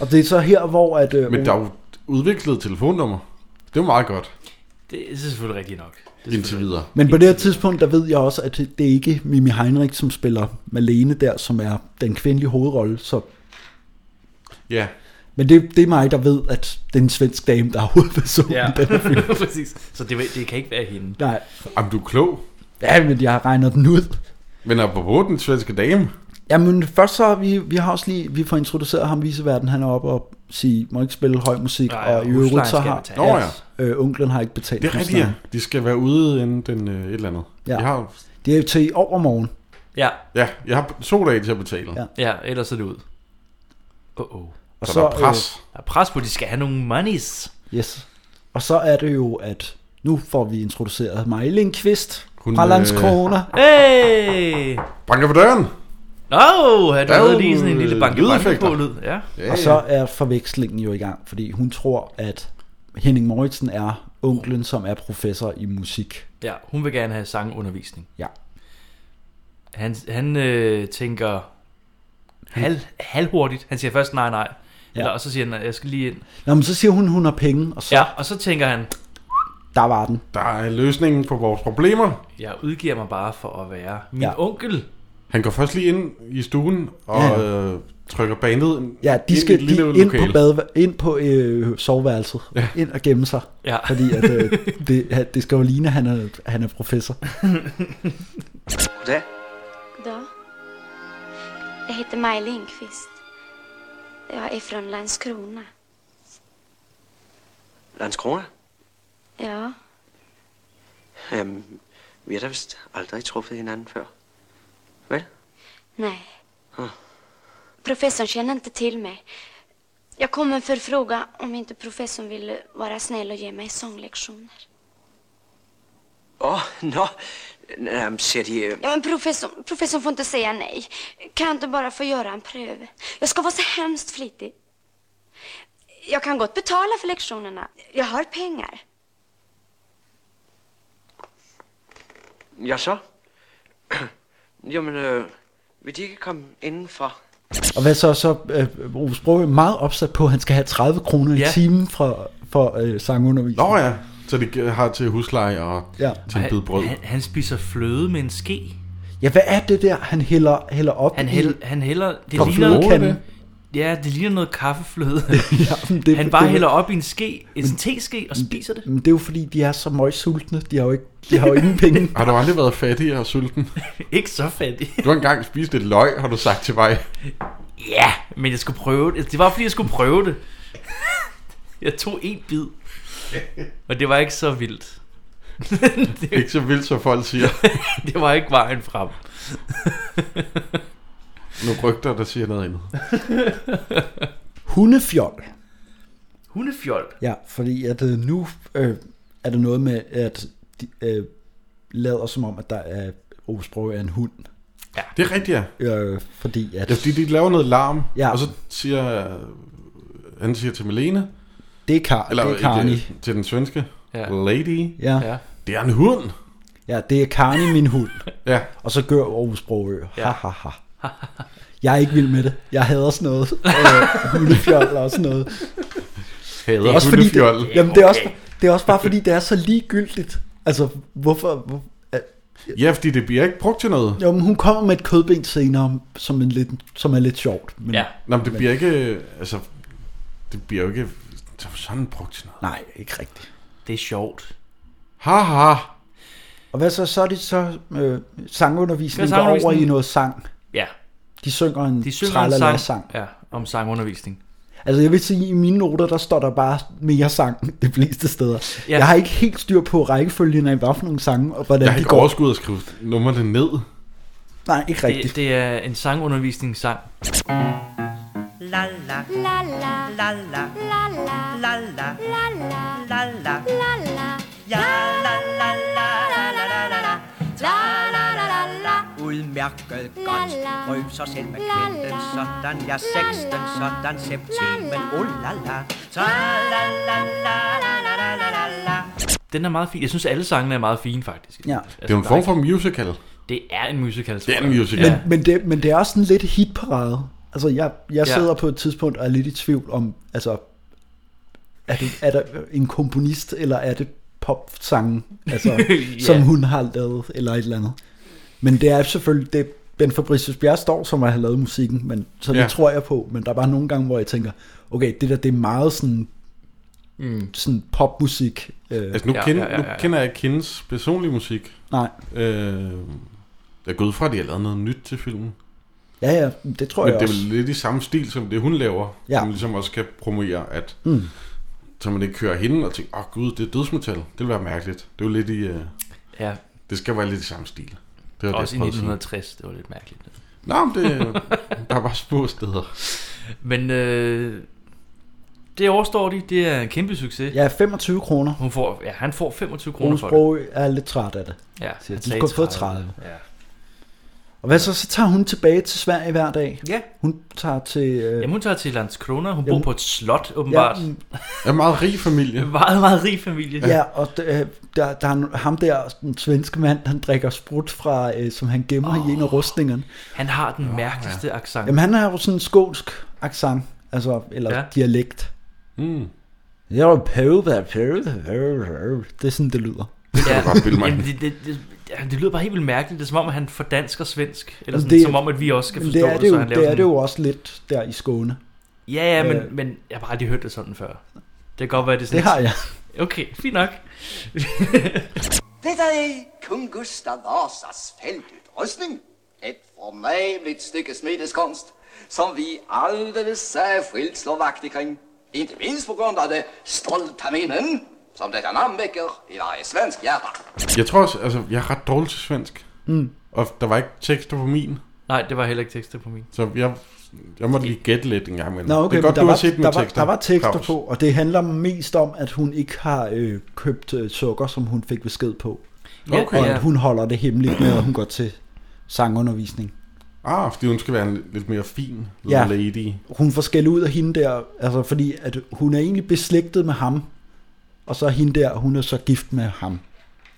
Og det er så her, hvor at... Øh,
Men der er jo udviklet telefonnummer. Det er jo meget godt,
Det er selvfølgelig rigtigt nok. Det er
indtil
selvfølgelig-
videre.
men på det her tidspunkt, der ved jeg også, at det det er ikke Mimi Heinrich, som spiller Malene der, som er den kvindelige hovedrolle. Så,
Ja,
men det, det er mig, der ved, at det er en svensk dame, der er hovedpersonen.
Ja,
i den her film.
præcis. Så det, det kan ikke være hende.
Nej,
Jamen, du er klog.
ja, men jeg regner den ud.
Men apropos den svenske dame,
Jamen først så, vi, vi har også lige, vi får introduceret ham i viseverden, han er oppe og sige, må ikke spille høj musik,
Nej,
Nej, og i
huslejen
øvrigt så
skal
har,
betales.
Nå ja.
øh, onklen har ikke betalt
det er rigtigt, ja.
huslejen.
De skal være ude inden den øh, et eller andet.
Ja.
Jeg har,
Det er jo til i overmorgen.
Ja,
ja, jeg har to dage til at betale.
Ja.
ja, ellers er det ud. Oh, oh.
Og
Så, der er pres.
Der er pres på, at de skal have nogle monies.
Øh, yes. Og så er det jo, at nu får vi introduceret Maja Lindqvist
Hun,
fra
øh,
Landskrona.
Hey!
Banker på døren!
Åh, oh, har du
Der er
lavet
jo,
lige sådan en lille
øh,
banke
lydeffekter.
på lyd? Ja.
Ja,
Og så er forvekslingen jo i gang, fordi hun tror, at Henning Moritzen er onklen, som er professor i musik.
ja, hun vil gerne have sangundervisning.
Ja.
Han, han øh, tænker hal, halvhurtigt. Han siger først nej, nej. Ja.
Ja.
Eller, og så siger han, jeg skal lige ind.
Nå, men så siger hun, hun har penge, og så ja.
Ja, og så tænker han,
der var den.
Der er løsningen på vores problemer.
jeg udgiver mig bare for at være min ja.
Ja.
onkel.
Han går først lige ind i stuen og ja.
Ja.
øh, trykker bandet
Ja,
ind
de
i et
skal de,
lille
ind
lokale.
på, bad, ind på øh, soveværelset, ja. ind og gemme sig,
Ja.
fordi at, øh, det, han- det skal jo ligne, at han er, han er professor.
Goddag.
Goddag. Jag heter Maj Lindqvist. Jag är från Landskrona.
Landskrona?
Ja,
Jamen, Øhm, vi har da vist aldrig truffet hinanden før. Vel?
nej. Professorn känner inte till mig. Jag kom med en förfrågan om inte professorn ville vara snäll och ge mig sånglektioner.
Åh, oh, nå.
Øhm,
Jamen, ser de... øh,
Ja, men professorn, professorn får inte säga nej. Kan du bara få göra en pröv? Jag ska vara så hemskt flitig. Jag kan gott betala för lektionerna. Jag har pengar.
Ja, så? Jamen, øh, vil de ikke komme indenfor?
Og hvad så, så øh, Rufus Brøgge er meget opsat på, at han skal have 30 kroner
Ja.
i timen for, for øh, sangundervisning.
Nå ja, så de har til husleje og ja.
Ja.
til en bid brød.
Han, han spiser fløde med en ske.
ja, hvad er det der, han hælder, hælder op
Han,
i?
hæl, han hælder... Det
Mm. Kom,
ligner,
fløde,
kan,
det.
ja, det ligner noget kaffefløde.
Ja, men det-
han bare
det-
hælder op i en ske, en teske, og spiser det.
Men det er jo fordi, de er så møgsultne, de har jo, ikke, de har jo ingen penge.
Har du aldrig været fattig og sulten?
Ikke så fattig.
Du har engang spist et løg, har du sagt til mig.
Ja, men jeg skulle prøve det. Det var fordi, jeg skulle prøve det. Jeg tog en bid. Og det var ikke så vildt. det,
Ikke så vildt, som folk siger.
det var ikke vejen frem.
Nu rygter, der siger noget andet.
Hundefjol.
Hundefjol?
Ja, fordi at øh, nu øh, er det noget med, at de øh, lader som om, at der er Ove Sprogøe er en hund.
Ja,
det er rigtigt, ja.
Øh, fordi at...
Ja, fordi de laver noget larm,
Ja.
og så siger øh, han siger til Melene,
det er, Kar-
eller,
det er
ikke, øh,
Karni.
til den svenske
Ja.
lady,
Ja. Ja.
det er en hund.
Ja, det er Karni, min hund.
ja.
Og så gør Ove Sprogøe. Ja. Ha, ha, ha. Jeg er ikke vild med det. Jeg hader sådan noget. Øh, hundefjol og sådan noget.
Hader
også fordi
hundefjol.
det, jamen, det, er også, det er også bare fordi, det er så ligegyldigt. Altså, hvorfor... Hvor, at,
Ja, fordi det bliver ikke brugt til noget.
jo, men hun kommer med et kødben senere, som, en lidt, som er lidt sjovt. Men,
Ja. Nå, men det bliver ikke, altså, det bliver jo ikke sådan brugt til noget.
Nej, ikke rigtigt.
Det er sjovt.
Haha.
Og hvad så? Så er det så øh, sangundervisning,
Hvad
går
er
over i
sangundervisningen?
noget sang.
Ja.
De synger en
De synger en sang,
tralala sang.
Ja, om sangundervisning.
Altså jeg vil sige, i mine noter, der står der bare mere sang de fleste steder.
Ja.
Ja. Jeg har ikke helt styr på rækkefølgen af, hvad for nogle sange, og hvordan
Jeg har
de
ikke
går.
overskud at skrive numrene ned.
Nej, ikke rigtigt.
Det, det er en sangundervisningssang.
La la la la la la la la la la la la la la ja la la la la la la la la la la la la
Udmærket
La,
godt.
la.
Prøv så selv med
La,
kvinten,
la.
sådan
La,
ja seksten,
la.
sådan septimen,
La, la.
oh la la. Så la la la la la la la la la.
Den er meget fin. Jeg synes, alle sangene er meget fine, faktisk. Altså,
Ja.
Det er jo en form for musical.
Det er en musical.
Det er en musical.
Men, men, det, men det er også sådan lidt hitparade. Altså jeg, jeg
Ja.
sidder på et tidspunkt og er lidt i tvivl om, altså er, det, er der en komponist, eller er det popsangen, altså,
Ja.
som hun har lavet, eller et eller andet. Men det er selvfølgelig, det Ben Fabricius Bjerre står, som har lavet musikken, men, så det
Ja.
tror jeg på, men der er bare nogle gange, hvor jeg tænker, okay, det der, det er meget sådan,
mm.
sådan popmusik. Øh,
Altså nu, ja, kender, ja, ja, ja. nu kender jeg ikke hendes personlige musik.
Nej.
Øh, jeg går ud fra, at de har lavet noget nyt til filmen.
Ja, ja, det tror
Men
jeg
det er
også.
vel lidt i samme stil, som det hun laver.
Ja.
Som ligesom også kan promovere, at
Mm.
så man ikke hører hende og tænker, åh oh, gud, det er dødsmetal. Det vil være mærkeligt. Det er jo lidt i... Øh,
Ja.
Det skal være lidt i samme stil. Det var
Også i
jeg prøvede at sige.
1960, det var lidt mærkeligt.
Nå, men det, der var små steder.
Men øh, det overstår de, det er en kæmpe succes.
Ja, 25 kroner.
Hun får, ja, han får 25 kroner
Rune
for det.
Sprog er lidt træt af det.
Ja,
han
sagde
skulle have fået 30.
Ja.
Og hvad så? Så tager hun tilbage til Sverige hver dag.
Ja.
Hun tager til... Øh,
Jamen, hun tager til Landskrona, hun bor
Jamen-
på et slot, åbenbart.
Ja,
Ja,
mm.
en meget rig familie.
Meget, meget rig familie.
ja, og d- øh, der, der er en- ham der, den svenske mand, han drikker sprut fra, øh, som han gemmer oh. i en af rustningerne.
Han har den mærkeligste accent.
Jamen han har jo sådan en skånsk accent, altså, eller
Ja.
ja. dialekt.
Mm.
Jeg var pøve, pøve, pøve, pøve. Det er sådan, det lyder.
Jamen, det, det, det, det, det lyder bare helt vildt mærkeligt. Det er som om, at han får dansk og svensk. Eller
Jamen,
sådan,
det-
det, som om, at vi også skal
men
forstå
det. Er det, jo,
så han
det
laver
er
sådan,
det jo også lidt der i Skåne.
Ja, ja, men,
Øh.
men jeg har bare aldrig hørt det sådan før. Det kan godt være, det er sådan...
Det har jeg.
Okay, fint nok.
Dette er kung Gustav Vasas feltutrustning. Et fornæmligt stykke smedeskonst, som vi alldeles særskilt slår vagt ikring. Inte minst på grund af det stolta minnen, som detta namn väcker i varje svensk hjärta.
Jeg tror også, altså, jeg er ret dårlig til svensk.
Mm.
Og der var ikke tekster på min,
Nej, det var heller ikke tekster på min.
så jeg, jeg måtte lige gætte lidt en gang imellem.
Nå, okay,
det er godt,
men der,
du
var,
har set mine
der, var,
tekster.
der var tekster
Claus.
på, og det handler mest om, at hun ikke har øh, købt øh, sukker, som hun fik besked på.
Ja,
og
ja.
at hun holder det hemmeligt med, at hun går til sangundervisning.
Ah, fordi hun skal være en lidt mere fin
Ja.
lady.
Hun får skæld ud af hende der, altså fordi at hun er egentlig beslægtet med ham, og så er hende der, hun er så gift med ham.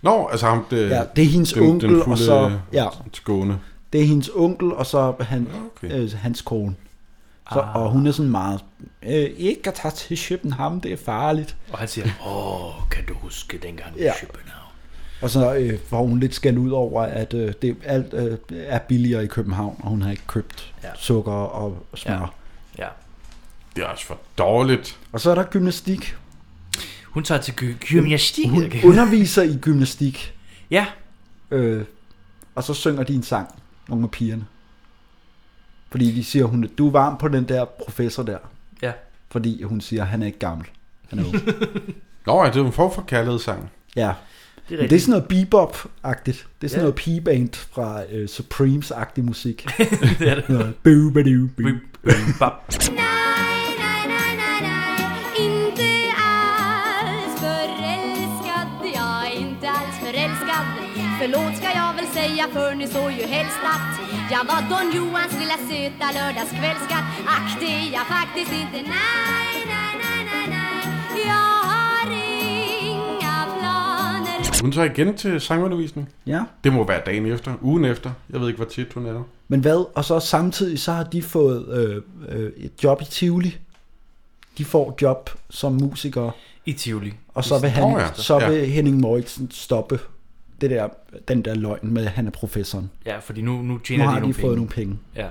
Nå, altså ham... Det,
Ja, det er hendes onkel, og så- ja.
Skåne.
Det er hendes onkel, og så han,
Okay.
okay. øh, hans kone. Så, ah. Og hun er sådan meget, øh, ikke at tage til København, det er farligt.
Og han siger, åh, kan du huske dengang ja.
Ja.
i København?
Og så øh, får hun lidt skæld ud over, at øh, det alt øh, er billigere i København, og hun har ikke købt
Ja.
ja. sukker og smør. Ja.
Ja.
Det er også for dårligt.
Og så er der gymnastik.
Hun tager til gy- gymnastik.
Hun
Okay.
underviser i gymnastik.
Ja.
Øh, og så synger de en sang, nogle af pigerne. Fordi de siger, hun, du er varm på den der professor der.
Ja.
Fordi hun siger, han er ikke gammel. Han er ung.
Nå, ja, det er jo en form for kærlighedssang.
ja. Det
Det
er,
er
Men det er
rigtigt.
sådan noget bebop-agtigt. Det er sådan
Ja.
ja. noget pigeband fra uh, Supremes-agtig musik.
det er det.
Noget boo, boo, boo.
Øhm,
Inte alls förälskad, jag är inte alls förälskad Förlåt ska jag väl säga för ni såg ju helst att jag var Don Johans lilla söta lördagskvällskatt Ack det är jag faktiskt inte, nej, nej, nej, nej, nej Jag har inga planer
Hun så igen til sangundervisning?
Ja.
Det må være dagen efter, ugen efter. Jeg ved ikke, hvor tit hun er der.
Men hvad? Og så samtidig så har de fået øh, øh, et job i Tivoli. De får job som musikere.
I Tivoli.
Og så vil, han,
Åh,
oh,
ja.
ja. så vil
Ja.
Henning Moritzen stoppe det der, den der løgn med, at han er professoren.
Ja, fordi nu, nu tjener
Nu har
de
de
nogle
fået
penge.
nogle penge.
Ja.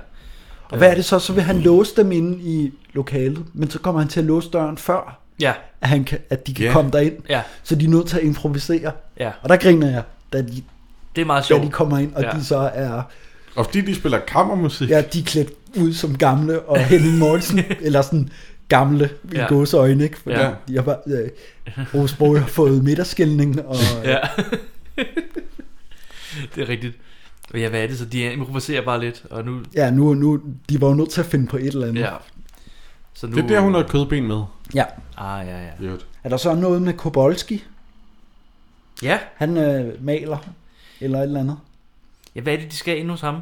Og hvad er det så? Så vil han låse dem inde i lokalet, men så kommer han til at låse døren før,
Ja.
at, han kan, at de kan
Ja.
komme derind.
Ja.
Så de er nødt til at improvisere.
Ja.
Og der griner jeg, da de,
Det er meget
da
sjovt.
de kommer ind, og
Ja.
ja. de så er...
Og fordi de spiller kammermusik.
Ja, de er klædt ud som gamle, og Henning Mortensen, eller sådan gamle i
Ja.
ja. gåseøjne, ikke? Fordi
Ja.
ja. de har bare... Øh, Rosbro har fået midterskældning, og...
Ja. det er rigtigt. Og ja, hvad er det så? De improviserer bare lidt, og nu...
Ja, nu, nu, de var jo nødt til at finde på et eller andet.
Ja. Så nu...
Det er der, hun har kødben med.
Ja.
Ah, ja, ja.
Jødt.
Er der så noget med Kobolski?
Ja.
Han øh, maler, eller et eller andet.
Ja, hvad er det, de skal ind hos ham?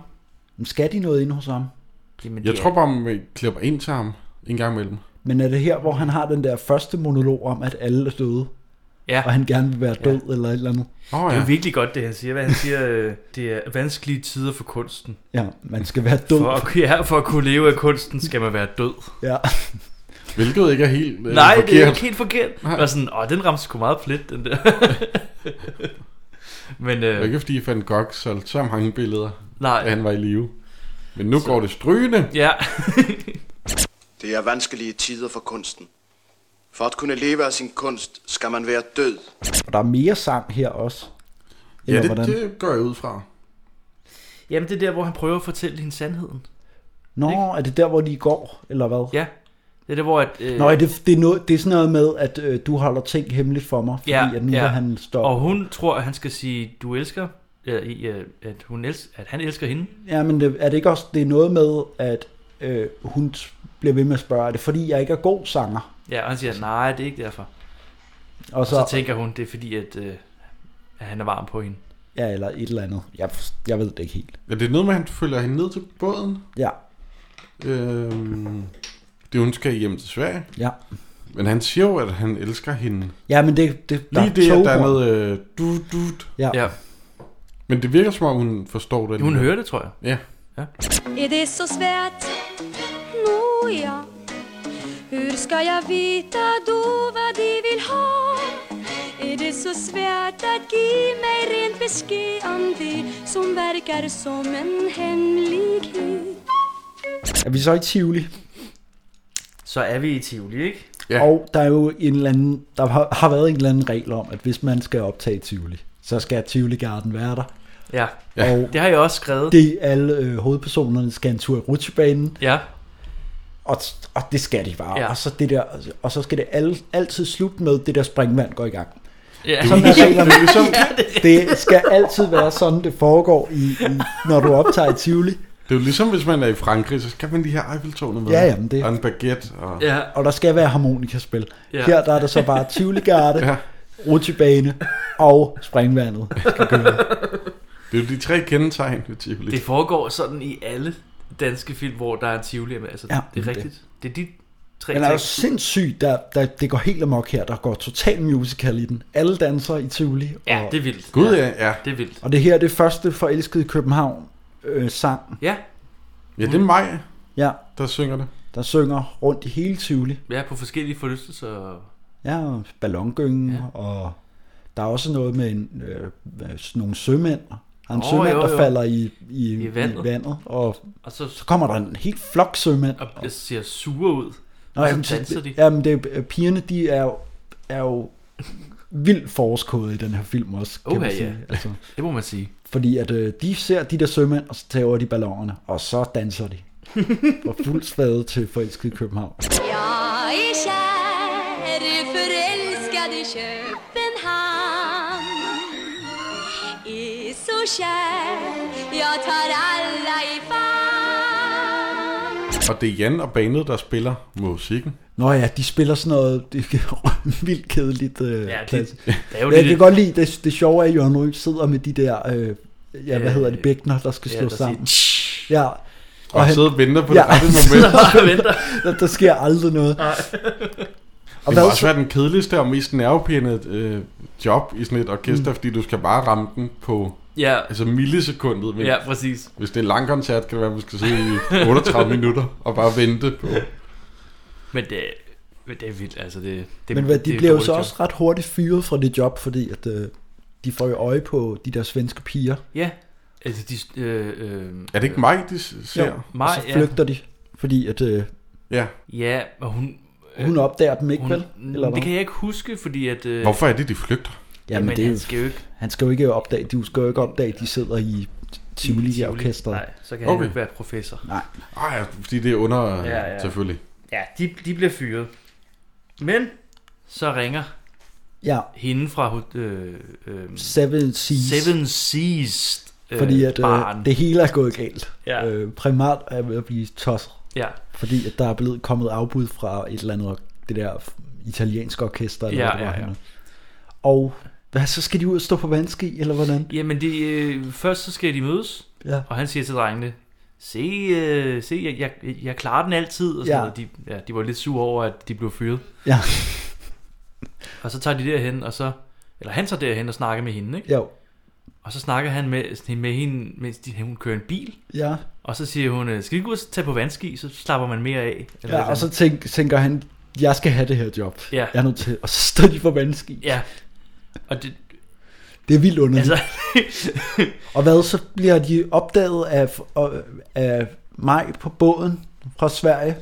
Men skal de noget inde hos ham?
Jamen,
Jeg tror bare, man klipper ind til ham en gang imellem.
Men er det her, hvor han har den der første monolog om, at alle er døde?
Ja.
Og han gerne vil være død, ja. eller et eller andet?
Oh, ja. Det er jo virkelig godt, det han siger. Hvad han siger, øh, det er vanskelige tider for kunsten.
Ja, man skal være død.
For at, ja, for at kunne leve af kunsten, skal man være død.
Ja.
Hvilket ikke er helt øh,
Nej,
forkert.
det er ikke helt forkert.
Nej.
Nej. Og sådan, åh, den ramte sgu meget plet, den der. Men,
Det
øh,
er ikke fordi Van Gogh solgte så mange billeder,
Nej.
da han var i live. Men nu så. går det strygende.
Ja.
Det er vanskelige tider for kunsten. For at kunne leve af sin kunst, skal man være død.
Og der er mere sang her også.
Ja, det- det går jeg ud fra.
jamen, det er der, hvor han prøver at fortælle hende sandheden.
Nå, er det der, hvor de går, eller hvad?
Ja. Det er der, hvor... At, øh,
Nå, er det, det, er noget, det er sådan noget med, at øh, du holder ting hemmeligt for mig, fordi ja, at nu ja. han stoppe.
Og hun tror, at han skal sige, du elsker... Eller, i, øh, at, hun elsker, at han elsker hende.
Ja, men det, er det ikke også det er noget med, at øh, hun t- bliver ved med at spørge, er det fordi, jeg ikke er god sanger?
Ja, og han siger, nej, det er ikke derfor.
Og
Og så,
så-
og så tænker hun, det er fordi, at, øh, at han er varm på hende.
Ja, eller et eller andet. Jeg, jeg ved det ikke helt.
Er det noget med, at han følger hende ned til båden?
Ja.
Øhm, det er, hun skal hjem til Sverige.
Ja.
Men han siger jo, at han elsker hende.
Ja, men det, det
Lige det, at der er
togrøm.
noget... Øh, du, du,
Ja.
ja.
Men det virker som om, hun forstår det.
Hun
alligevel.
hører det, tror jeg.
Ja.
Är det så svärt? Nåja, hur ska jag veta då vad de vill ha? Är det så svärt att ge mig rent besked om det som verkar som en hemlighet?
Er vi så i Tivoli?
Så er vi i Tivoli, ikke?
Ja. Og der er jo en eller anden, der har, har været en eller anden regel om, at hvis man skal optage i Tivoli, så skal Tivoli Garden være der.
Ja.
Ja.
Det har jeg også skrevet.
Det er alle øh, hovedpersonerne skal en tur i rutsjebanen.
Ja.
Og, og det skal de bare.
Ja.
Ja. Og, så det der, og så skal det alle, altid slutte med, det der springvand går i gang.
Ja.
Sådan er
Ja,
reglerne.
det er ligesom-
det skal altid være sådan, det foregår, i, i, når du optager i Tivoli.
Det er jo ligesom, hvis man er i Frankrig, så skal man lige have Eiffeltårnet med.
Ja, jamen det-
Og en baguette. Og...
Ja.
Og der skal være harmonikaspil.
Ja.
Ja. Her der er der så bare Tivoli-garde,
Ja.
ja. rutsjebane og springvandet. skal køre.
Det er jo de tre kendetegn ved Tivoli.
Det foregår sådan i alle danske film, hvor der er en Tivoli med. Altså,
Ja,
ja, det er
det.
rigtigt. Det, er de tre
Men er jo
ting.
sindssygt, der, der, det går helt amok her. Der går total musical i den. Alle danser i Tivoli.
Ja, det er vildt.
Gud, ja, ja.
Det er vildt.
Og det her er det første forelskede København øh, sang.
Ja.
Ja, det er
Mm.
mig,
Ja.
der synger det.
Der synger rundt i hele Tivoli.
Ja, på forskellige forlystelser. og-
Ja, og ballongyngen, ja. og der er også noget med en, øh, øh, sådan nogle sømænd. Der er en
Åh,
oh, sømand,
jo,
der
jo.
falder i, i,
I vandet.
i vandet og,
Og så-
så kommer der en helt flok sømænd.
Og det ser sure ud.
Nå,
og
jamen,
så danser
så,
de.
Jamen, det, er- øh, pigerne, de er jo, er jo vildt forårskode i den her film også, kan man
Okay,
sige. Altså,
ja. Det må man sige.
Fordi at øh, de ser de der sømænd, og så tager de ballongerne, og så danser de. og fuldt spade til forelskede København.
Jag är kär, förälskad i Köpenhamn och kär Jag tar alla i famn
Og det er Jan og bandet, der spiller musikken.
Nå ja, de spiller sådan noget det er vildt kedeligt. Øh,
Ja, det-
klassisk.
det
er jo
Men jeg
lidt-
kan godt lide, det, det sjove er, at Jørgen Ryg sidder med de der, øh, ja, hvad
Øh,
hedder det, bækner, der skal
ja,
slå
der
sammen. Ja.
Og sidder og venter på det rette moment.
og venter. der, der sker aldrig noget.
Og
Og
det må
hvad
også
så?
være den kedeligste og mest nervepirrende øh, job i sådan et orkester, mm. fordi du skal bare ramme den på
Ja.
altså millisekundet. Men
Ja, præcis.
Hvis det er en lang koncert, kan det være, at man skal sidde i 38 minutter og bare vente på.
Men det, men det er vildt, altså det... det
Men hvad,
det
de
er
bliver jo
dårligt
så
job.
også ret hurtigt fyret fra det job, fordi at, øh, de får jo øje på de der svenske piger.
Ja. Altså, de, øh, øh,
Er det ikke mig, de s- ser?
Jo,
Maj,
og så flygter de, fordi at, øh,
Ja.
Ja, og hun...
Hun opdager dem ikke,
Øh, hun,
vel? Eller
det
hvad?
kan jeg ikke huske, fordi at... Øh,
Hvorfor er det, de flygter?
Jamen, det er
han
jo-
skal jo ikke...
han skal jo ikke opdage, de skal jo ikke opdage, at de sidder i Tivoli orkestret.
Nej, så kan okay. han
Okay.
ikke være professor.
Nej.
Ej, Ah, ja, fordi det er under... Ja, ja. Selvfølgelig.
Ja, de, de bliver fyret. Men så ringer
Ja.
hende fra øh, øh,
Seven Seas.
Seven Seas øh,
Fordi at
barn.
øh, det hele er gået galt.
Ja.
Øh, primært er jeg ved at blive tosset.
Ja.
Fordi at der er blevet kommet afbud fra et eller andet, ork- det der italienske orkester. Eller
Ja,
hvad det var
ja, ja.
henne. Og hvad, så skal de ud og stå på vandski, eller hvordan?
Jamen, de, øh, først så skal de mødes,
Ja.
og han siger til drengene, se, øh, se jeg, jeg, jeg klarer den altid. Og sådan
Ja.
noget. De, ja, de var lidt sure over, at de blev fyret.
Ja.
og så tager de derhen, og så, eller han tager derhen og snakker med hende, ikke?
Jo.
Og så snakker han med, med hende, mens de, hun kører en bil.
Ja.
Og så siger hun, øh, skal vi gå og tage på vandski, så slapper man mere af. Eller
Ja,
sådan.
og så tænk, tænker han, jeg skal have det her job.
Ja.
Jeg er nødt til. Og så står de på vandski.
Ja. Og det,
Det er vildt underligt.
Altså-
og hvad, så bliver de opdaget af, og- af mig på båden fra Sverige.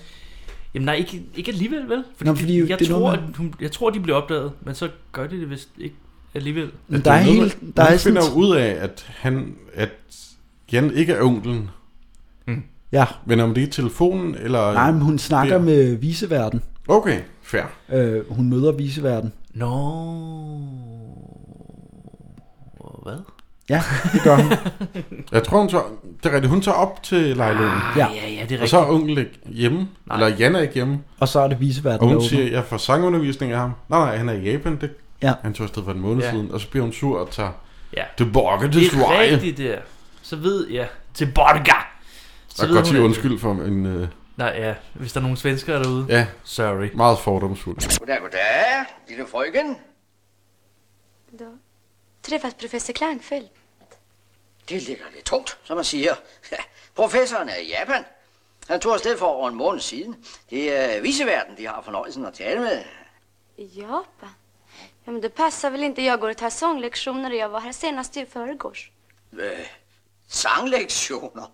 Jamen nej, ikke, ikke alligevel, vel? Fordi,
Nå,
Nå,
fordi
fordi jeg,
det er
tror,
noget,
at hun, jeg tror, de bliver opdaget, men så gør de det vist ikke alligevel.
Men der er
Altså, noget,
hele-
man-
der
man
er sådan-
finder jo ud af, at, han, at Jan ikke er onklen.
Mm.
Ja.
Men om det er i telefonen, eller...
Nej, men hun snakker
Ja.
med viseverden.
Okay, fair.
Øh, hun møder viseverden.
Nå. Hvad?
Ja, det gør hun.
Jeg tror, hun tager, det er rigtigt, hun tager op til lejligheden.
Ja.
ja, ja, Ah, det er
Og så er onkel ikke hjemme, Nej. eller Jan er ikke hjemme.
Og så er det viseverden,
Og hun
der åbner.
siger, jeg får sangundervisning af ham. Nej, nej, han er i Japan. Det,
ja.
Han tog afsted for en måned
Ja.
ja. siden, og så bliver hun sur og tager
Ja.
tilbage til
det er
Sverige.
rigtigt der. Så ved jeg. Til Borga.
Og godt sige
at-
undskyld for en... Øh,
Nej, ja. Hvis der er nogle svenskere derude.
ja,
Sorry.
meget fordomsfuld.
Goddag, goddag, lille frøken.
Då träffas professor Klangfeldt.
Det ligger lidt tungt, som man siger. Ja, professoren er i Japan. Han tog afsted for over en måned siden. Det er viseverden, de har fornøjelsen at tale med.
I Japan? Ja, men det passar väl inte. Jag går och tar sånglektioner och jag var här senast i förrgårs.
Øh, sanglektioner.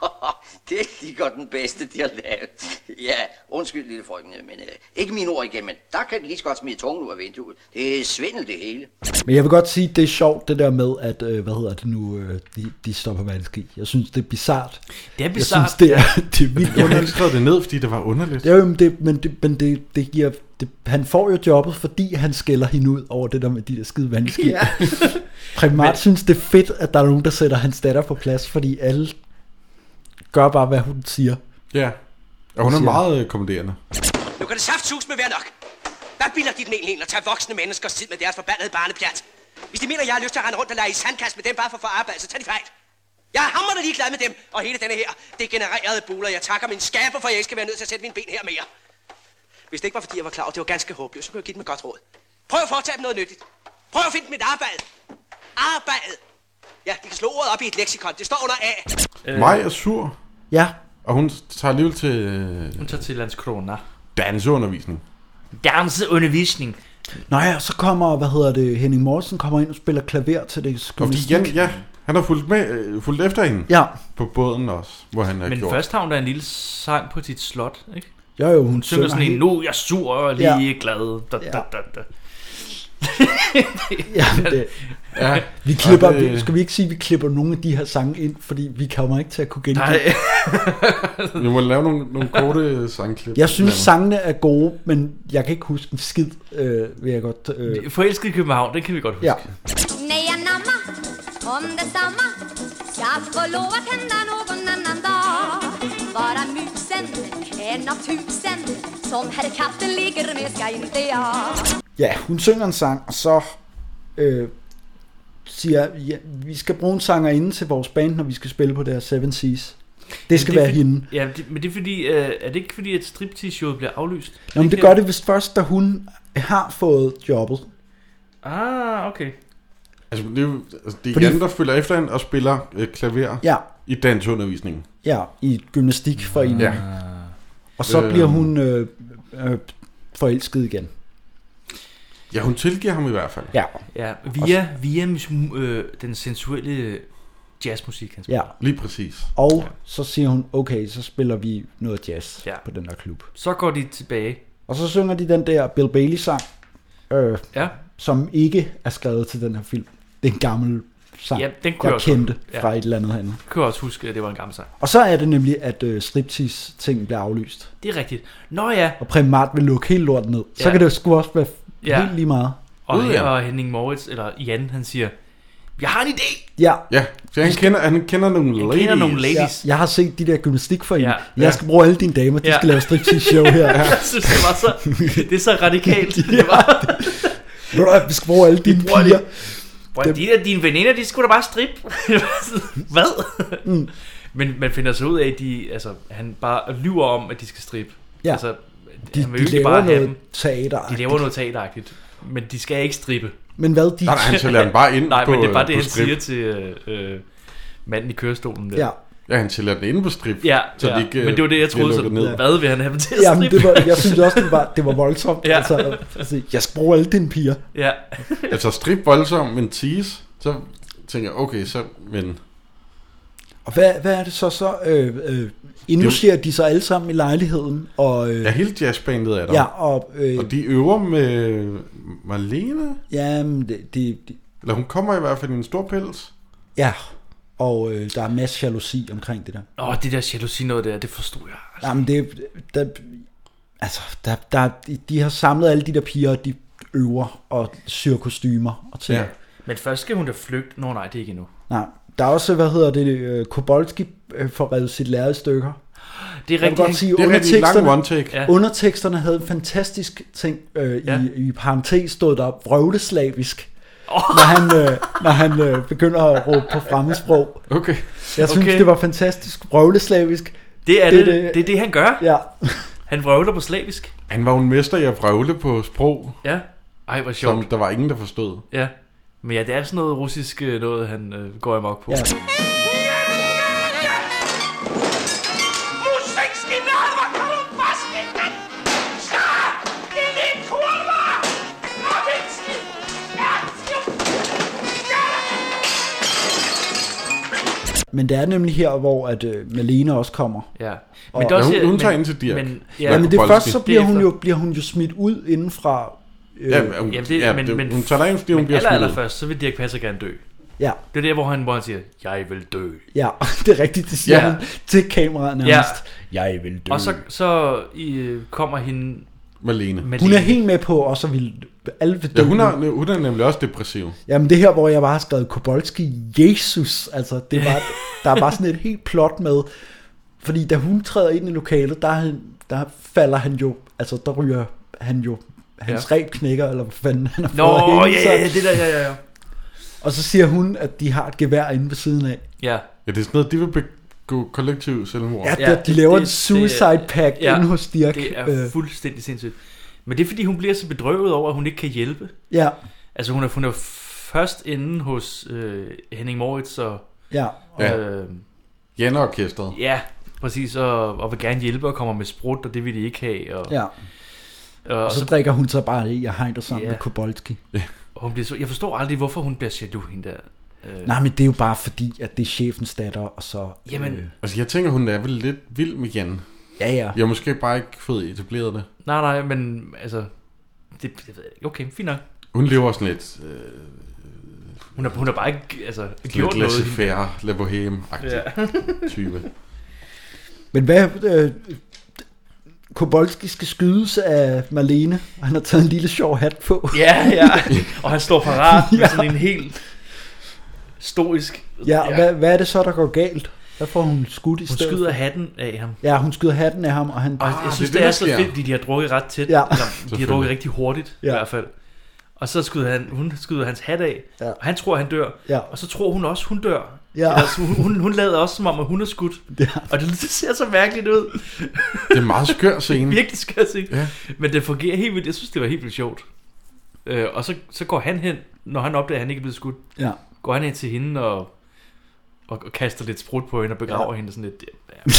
det ligger den bedste, de har lavet. Ja, undskyld, lille frøken, men øh, ikke mine ord igen, men der kan de lige så godt smide tungen ud af vinduet. Det er svindel, det hele.
Men jeg vil godt sige, det er sjovt det der med, at, øh, hvad hedder det nu, øh, de, de står på vandski. Jeg synes, det er bizart.
Det er
Jeg
bizart.
synes, det er, det er vildt
Jeg har ikke
underligt.
skrevet det ned, fordi det var underligt.
Det er jo, men det, men, det, men det, det giver, det, han får jo jobbet, fordi han skælder hende ud over det der med de der skide vandski.
Ja.
Primært synes, det er fedt, at der er nogen, der sætter hans datter på plads, fordi alle gør bare, hvad hun siger.
Ja, og hun er
Siger-
meget øh, kommanderende.
Nu kan det saftsus med være nok. Hvad bilder de den egentlig ind at tage voksne menneskers tid med deres forbandede barnepjat? Hvis de mener, jeg har lyst til at rende rundt og lege i sandkast med dem bare for at få arbejde, så tager de fejl. Jeg er hammerende ligeglad med dem, og hele denne her degenererede buler. Jeg takker min skaber, for at jeg ikke skal være nødt til at sætte mine ben her mere. Hvis det ikke var, fordi jeg var klar over, at det var ganske håbløst, så kunne jeg give dem et godt råd. Prøv at foretage dem noget nyttigt. Prøv at finde mit arbejde. Arbejde. Ja, de kan slå ordet op i et leksikon. Det står under A.
Øh. Maj er sur.
Ja.
Og hun tager alligevel til øh,
Hun tager til Landskrona.
danseundervisning.
Danseundervisning.
Nå ja, så kommer, hvad hedder det, Henning Mortensen kommer ind og spiller klaver til det
Og fordi Jan,
gymnastik.
ja, han har fulgt, med, øh, fulgt efter hende.
Ja.
På båden også, hvor han er
Men
gjort.
først har hun da en lille sang på sit slot, ikke?
Jo, jo, hun
hun synger
synger
sådan en,
helt-
nu er jeg sur og lige
Ja.
ja. glad. Da, da, da, da.
Jamen, det,
Ja.
vi
Og
klipper,
det-
det... skal vi ikke sige, at vi klipper nogle af de her sange ind, fordi vi kommer ikke til at kunne genkende.
Nej. Vi må lave nogle, nogle korte sangklip.
Jeg synes, sangene er gode, men jeg kan ikke huske en skid, øh, vil jeg godt... Øh.
Forelsket i København, det kan vi godt huske.
Ja.
Nej, anamma, om detsamma ska få lov att hända någon annan dag. Vara musen, en av tusen, som herr katten ligger med ska inte jag.
Ja, hun synger en sang, og så øh, siger ja, vi skal bruge en sangerinde til vores band, når vi skal spille på det her Seven Seas. Det skal
Men
være
er
hende.
fordi, Ja, det, men det er fordi, øh, er det ikke fordi, at striptease-showet bliver aflyst?
Nå, men det gør det vist først, da hun har fået jobbet.
Ah, okay.
Altså, det er, jo- altså, det er
Fordi-
Jan, der følger efter hende og spiller øh, klaver
Ja.
i dansundervisningen.
Ja, i gymnastikforeningen.
Ja.
Og så
Øhm.
bliver hun øh, øh, forelsket igen.
Ja, hun tilgiver ham i hvert fald.
Ja.
Ja, via, via mus- øh, den sensuelle jazzmusik, han
Ja.
spiller.
Lige præcis.
Og så siger hun, okay, så spiller vi noget jazz ja. på den der klub.
Så går de tilbage.
Og så synger de den der Bill Bailey-sang, øh,
Ja.
som ikke er skrevet til den her film. Det er en gammel sang,
Ja, den kunne jeg
jeg
også godt-
kendte
ja.
fra et eller andet andet.
Jeg kunne også huske, at det var en gammel sang.
Og så er det nemlig, at øh, striptease-ting bliver aflyst.
Det er rigtigt. Nå ja,
Og Primat vil lukke helt lortet ned. Så
Ja.
kan det sgu også være
Ja.
ja. helt lige meget.
og,
Ud, ja.
og Henning Moritz, eller Jan, han siger, jeg har en idé!
Ja.
Ja, så han kender, han kender nogle han ladies.
kender nogle ladies.
Ja, jeg har set de der gymnastikforeninger.
Ja.
Ja. Jeg skal bruge alle dine damer, de
Ja.
ja. skal lave striptease-show her.
jeg synes, det var så, det er så radikalt. Det var,
Ved du hvad, vi skal bruge alle dine piger.
Bro, de der dine veninder, de skulle da bare strippe. Hvad? Mm. Men man finder så ud af, at de, altså, han bare lyver om, at de skal strippe.
Ja.
Altså,
De-
han vil
de
jo ikke
laver
bare have
noget
dem.
teateragtigt.
De laver noget teateragtigt. Men de skal ikke strippe.
Men hvad de- Nej, nej, han
sælger den bare ind
Nej,
på,
men det er bare
øh,
det,
på
han
strip.
siger til øh, øh, manden i kørestolen der.
Ja.
Ja, han tillader den inde på strip.
Ja,
så
ja.
De ikke, øh,
men det var det, jeg
bliver
troede. Så,
lukket ned.
hvad vil han have dem til at strippe?
Jamen, det var, jeg synes også, det var, det var voldsomt.
Ja.
ja. altså, altså, jeg skal bruge alle dine piger.
Ja.
altså strip voldsomt, men tease, så tænker jeg, okay, så, men
Og hvad, hvad er det så så? Øh, øh, indlogerer de så alle sammen i lejligheden? Og, øh,
ja, hele jazzbandet er der.
Ja, og, øh,
og de øver med Marlene,
Jamen, det, det, det,
eller hun kommer i hvert fald i en stor pels.
ja, og øh, der er masser jalousi omkring det der.
Åh, det der jalousi noget der, det forstod jeg.
Jamen, det, der, altså, der, der, de- de har samlet alle de der piger, og de øver og syr kostymer og ting. Ja.
Men først skal hun da flygte. Nå nej, det er ikke endnu.
Nej, der er også, hvad hedder det, øh, Kobolski øh, får revet sit lærred i
Det er
stykker. Jeg vil
rigtig-
godt sige,
det er rigtig lang
underteksterne,
one take. Ja.
underteksterne havde en fantastisk ting. Øh, ja. i, I parentes stod der vrøvleslavisk. Oh. Når han, øh, når han øh, begynder at råbe på fremmedsprog.
Okay.
Jeg synes,
Okay.
det var fantastisk. Vrøvleslavisk.
Det er det, det, det, er det han gør.
Ja.
Han vrøvler på slavisk.
Han var jo en mester i at vrøvle på sprog,
Ja. Ej, hvor sjovt.
som der var ingen, der forstod.
Ja. Men ja, det er sådan noget russisk øh, noget, han øh, går amok på. Ja.
Musik skal nærmere komme baske den. Stop! Det er kurva! Nowitzki!
Men det er nemlig her, hvor at øh, Malene også kommer.
Ja. Men
Og-
det er også Ja, hun- her- hun tager men- ind til Dirch. men-
Men,
ja.
ja, ja, men det er
Kobolski.
først, så bliver hun,
Derefter.
jo, bliver hun jo smidt ud indenfra. Øh,
Ja, men hun- Jamen, det- ja, men- det- men- hun tager derind, fordi hun
Men
bliver
aller,
smidt ud.
aller først, så vil Dirk Passer gerne dø.
Ja.
Det er der, hvor han, hvor han siger, jeg vil dø.
ja, det er rigtigt, det siger
Ja.
ja. hun til kameraet nærmest. Ja. Jeg vil dø.
Og så, så øh, kommer hende...
Malene.
Hun er helt med på også at ville... Alle vil
Ja,
dø
hun
nu.
er, hun er nemlig også depressiv.
Jamen det her, hvor jeg bare har skrevet Kobolski Jesus, altså det var, der er bare sådan et helt plot med, fordi da hun træder ind i lokalet, der, er han, der falder han jo, altså der ryger han jo, hans
Ja.
ja. reb knækker, eller hvad fanden han har
Nå,
fået at hænge
ja,
sig.
ja, det der, ja, ja, ja.
Og så siger hun, at de har et gevær inde ved siden af.
Ja.
Ja, det er sådan noget, de vil begå kollektiv selvmord.
Ja, det- de laver en suicide pack inde hos Dirk.
Det er
Øh.
fuldstændig sindssygt. Men det er, fordi hun bliver så bedrøvet over, at hun ikke kan hjælpe.
Ja.
Altså, hun er, hun er først inde hos øh, Henning Moritz og...
Ja.
Ja.
Øh,
Janne-orkestret.
ja, præcis. Og, og vil gerne hjælpe og kommer med sprut, og det vil de ikke have. Og,
Ja.
Og,
Og så drikker hun så bare i og hegner sammen
Ja.
ja. med Kobolski.
Og hun bliver så, jeg forstår aldrig, hvorfor hun bliver jaloux, hende der. Øh,
Nej, men det er jo bare fordi, at det er chefens datter, og så... øh,
Jamen.
Altså, jeg tænker, hun er vel lidt vild med Jan.
Ja, ja.
Jeg har måske bare ikke fået etableret det.
Nej, nej, men altså... Det, det ved jeg ikke. Okay, fint nok.
Hun lever sådan lidt... Øh,
Hun har, hun har bare ikke altså, gjort
lidt
noget.
laissez-faire, la bohème-agtig
Ja.
ja. type.
Men hvad... Øh, Kobolski skal skydes af Marlene, og han har taget en lille sjov hat på.
Ja, ja. Og han står parat med sådan en helt stoisk.
Ja, og hvad, hvad er det så, der går galt? Hvad får hun Ah. skudt i
Hun
stedet?
skyder
for?
hatten af ham.
Ja, hun skyder hatten af ham, og han...
Og jeg synes, Ah, det, det er så fedt, fordi de har drukket ret tæt.
Ja.
Eller, de har drukket rigtig hurtigt, ja.
Ja.
i hvert fald. Og så skyder han, hun skyder hans hat af, ja. og han tror, han dør.
Ja.
Og så tror hun også, hun dør.
Ja.
Eller, så hun, hun, hun lader også, som om at hun er skudt. Ja. Og det, det ser så mærkeligt ud.
Det er en meget skør scene.
Virkelig skør scene.
Ja.
Men det fungerer helt vildt. Jeg synes, det var helt vildt sjovt. Øh, og så, så går han hen, når han opdager, at han ikke er blevet skudt.
Ja.
Går han hen til hende og, og, og kaster lidt sprut på hende og begraver ja. hende sådan lidt. Ja,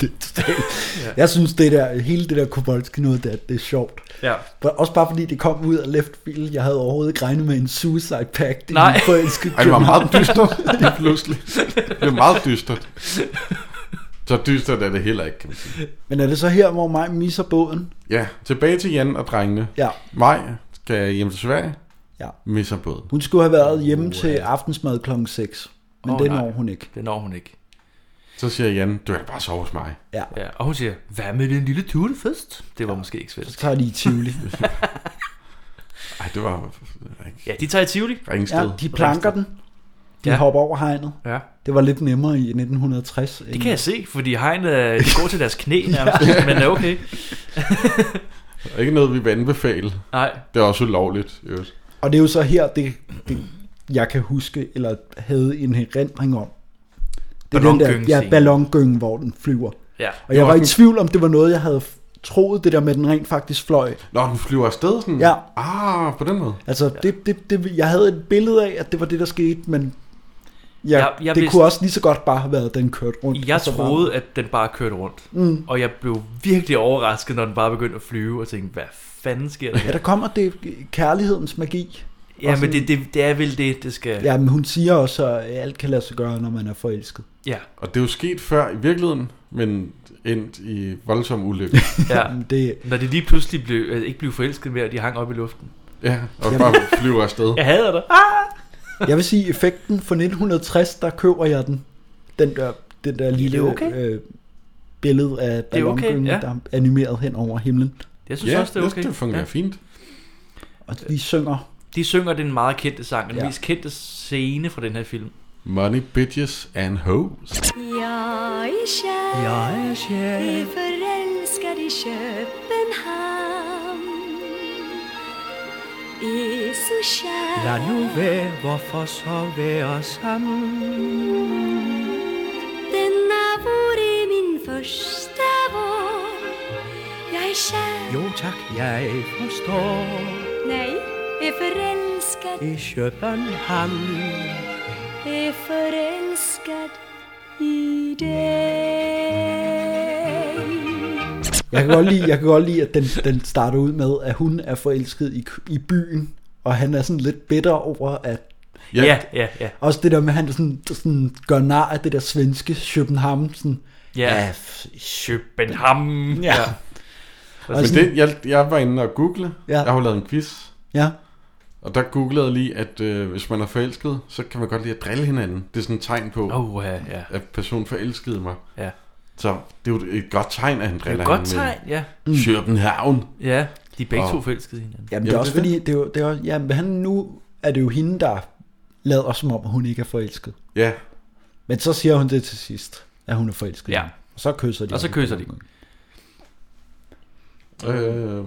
det er totalt. Ja. Jeg synes, det der, hele det der kobolski noget, det, det er sjovt.
Ja.
For- Også bare fordi det kom ud af left field. Jeg havde overhovedet ikke regnet med en suicide pact i
Nej.
en forelsket
Ej, det var meget
København.
dystert lige pludselig. Det var meget dystert. Så dystert er det heller ikke, kan man sige.
Men er det så her, hvor mig misser båden?
Ja, tilbage til Jan og drengene.
Ja.
Maj skal hjem til Sverige.
Ja.
Misser båden.
Hun skulle have været hjemme til aftensmad klokken 6. Men
Åh,
det
nej.
når hun ikke.
Det når hun ikke.
Så siger Jan, du kan bare sove hos mig.
Ja.
ja. Og hun siger, hvad med den lille tuttefest? Det var ja. måske ikke
Så
svensk.
tager de i Tivoli.
Ej, det var...
Ja, de tager i Tivoli.
Ringsted.
ja, de planker den. De
Ja.
ja. hopper over hegnet.
Ja.
Det var lidt nemmere i 1960.
Det kan jeg se, fordi hegnet er- de går til deres knæ nærmest, ja. men er okay.
Og ikke noget, vi vil anbefale.
Nej.
Det er også ulovligt. i øvrigt.
Og det er jo så her, det, det jeg kan huske, eller havde en erindring om. Det er den der
Ballongyngen-scenen.
ja, ballongyngen, hvor den flyver.
Ja.
Og
Det
jeg
var
var i
også
tvivl om, det var noget, jeg havde f- troet, det der med, at den rent faktisk fløj.
Nå, den flyver afsted sådan.
Ja.
Ah, på den måde.
Altså, det, det, det, jeg havde et billede af, at det var det, der skete, men ja,
Jeg-
jeg,
jeg
det
vidste-
kunne også lige så godt bare have været, at den kørte rundt.
Jeg
og så var-
troede, at den bare kørte rundt.
Mm.
Og jeg blev virkelig overrasket, når den bare begyndte at flyve, og tænkte, hvad fanden sker der
Ja,
her?
der kommer det kærlighedens magi. Og
Ja, men
sådan-
det, det, det er vel det, det skal...
Ja, men hun siger også, at alt kan lade sig gøre, når man er forelsket.
Ja.
Og det er jo sket før i virkeligheden, men endt i voldsom ulykke.
ja.
det...
Når de lige pludselig blev, øh, ikke blev forelsket mere, og de hang op i luften.
Ja, og bare flyver afsted.
Jeg hader det. Ah!
Jeg vil sige, effekten fra 1960, der køber jeg den. Den der, den der lille
okay.
øh, billede af
er okay,
ballongyngen,
ja.
der er animeret hen over himlen.
Jeg synes
Ja,
også, det er
jeg
okay.
synes, det fungerer
ja.
fint.
Og de synger.
De synger den meget kendte sang, den ja.
Ja.
mest kendte scene fra den her film.
Money, bitches and hoes.
Jag är kär,
Jeg er kär.
är förälskad i Köpenhamn. Är så kär,
Lad nu være, hvorfor så være sammen?
denna vår är min första vår. Jag är kär,
Jo tak, jeg forstår
nej, är förälskad,
i København.
är förälskad i dig.
Jeg kan godt lide, jeg kan godt lide at den, den starter ud med, at hun er forelsket i, i byen, og han er sådan lidt bitter over, at
Ja.
Ja, ja, ja.
også det der med, at han sådan, sådan gør nar af det der svenske København. Sådan,
Ja, København.
Ja.
Og
Men
sådan-
det, jeg, jeg var inde og google.
Ja.
Jeg har jo lavet en quiz.
Ja.
Og der googlede jeg lige, at øh, hvis man er forelsket, så kan man godt lide at drille hinanden. Det er sådan et tegn på,
Åh, ja, ja.
at personen forelskede mig.
Oh. Ja.
Så det er jo et godt tegn, at han
Det er
driller Mm.
et godt
hende med-
tegn, ja.
København.
Ja, de er begge
Og-
to forelskede i hinanden.
Jamen, det er også fordi, det er, jo- det er, også- jamen, han, nu er det jo hende, der lader som om, at hun ikke er forelsket.
Ja.
Men så siger hun det til sidst, at hun er forelsket. i
Ja.
ham. Og så kysser de.
Og så
ham.
kysser de.
Øh,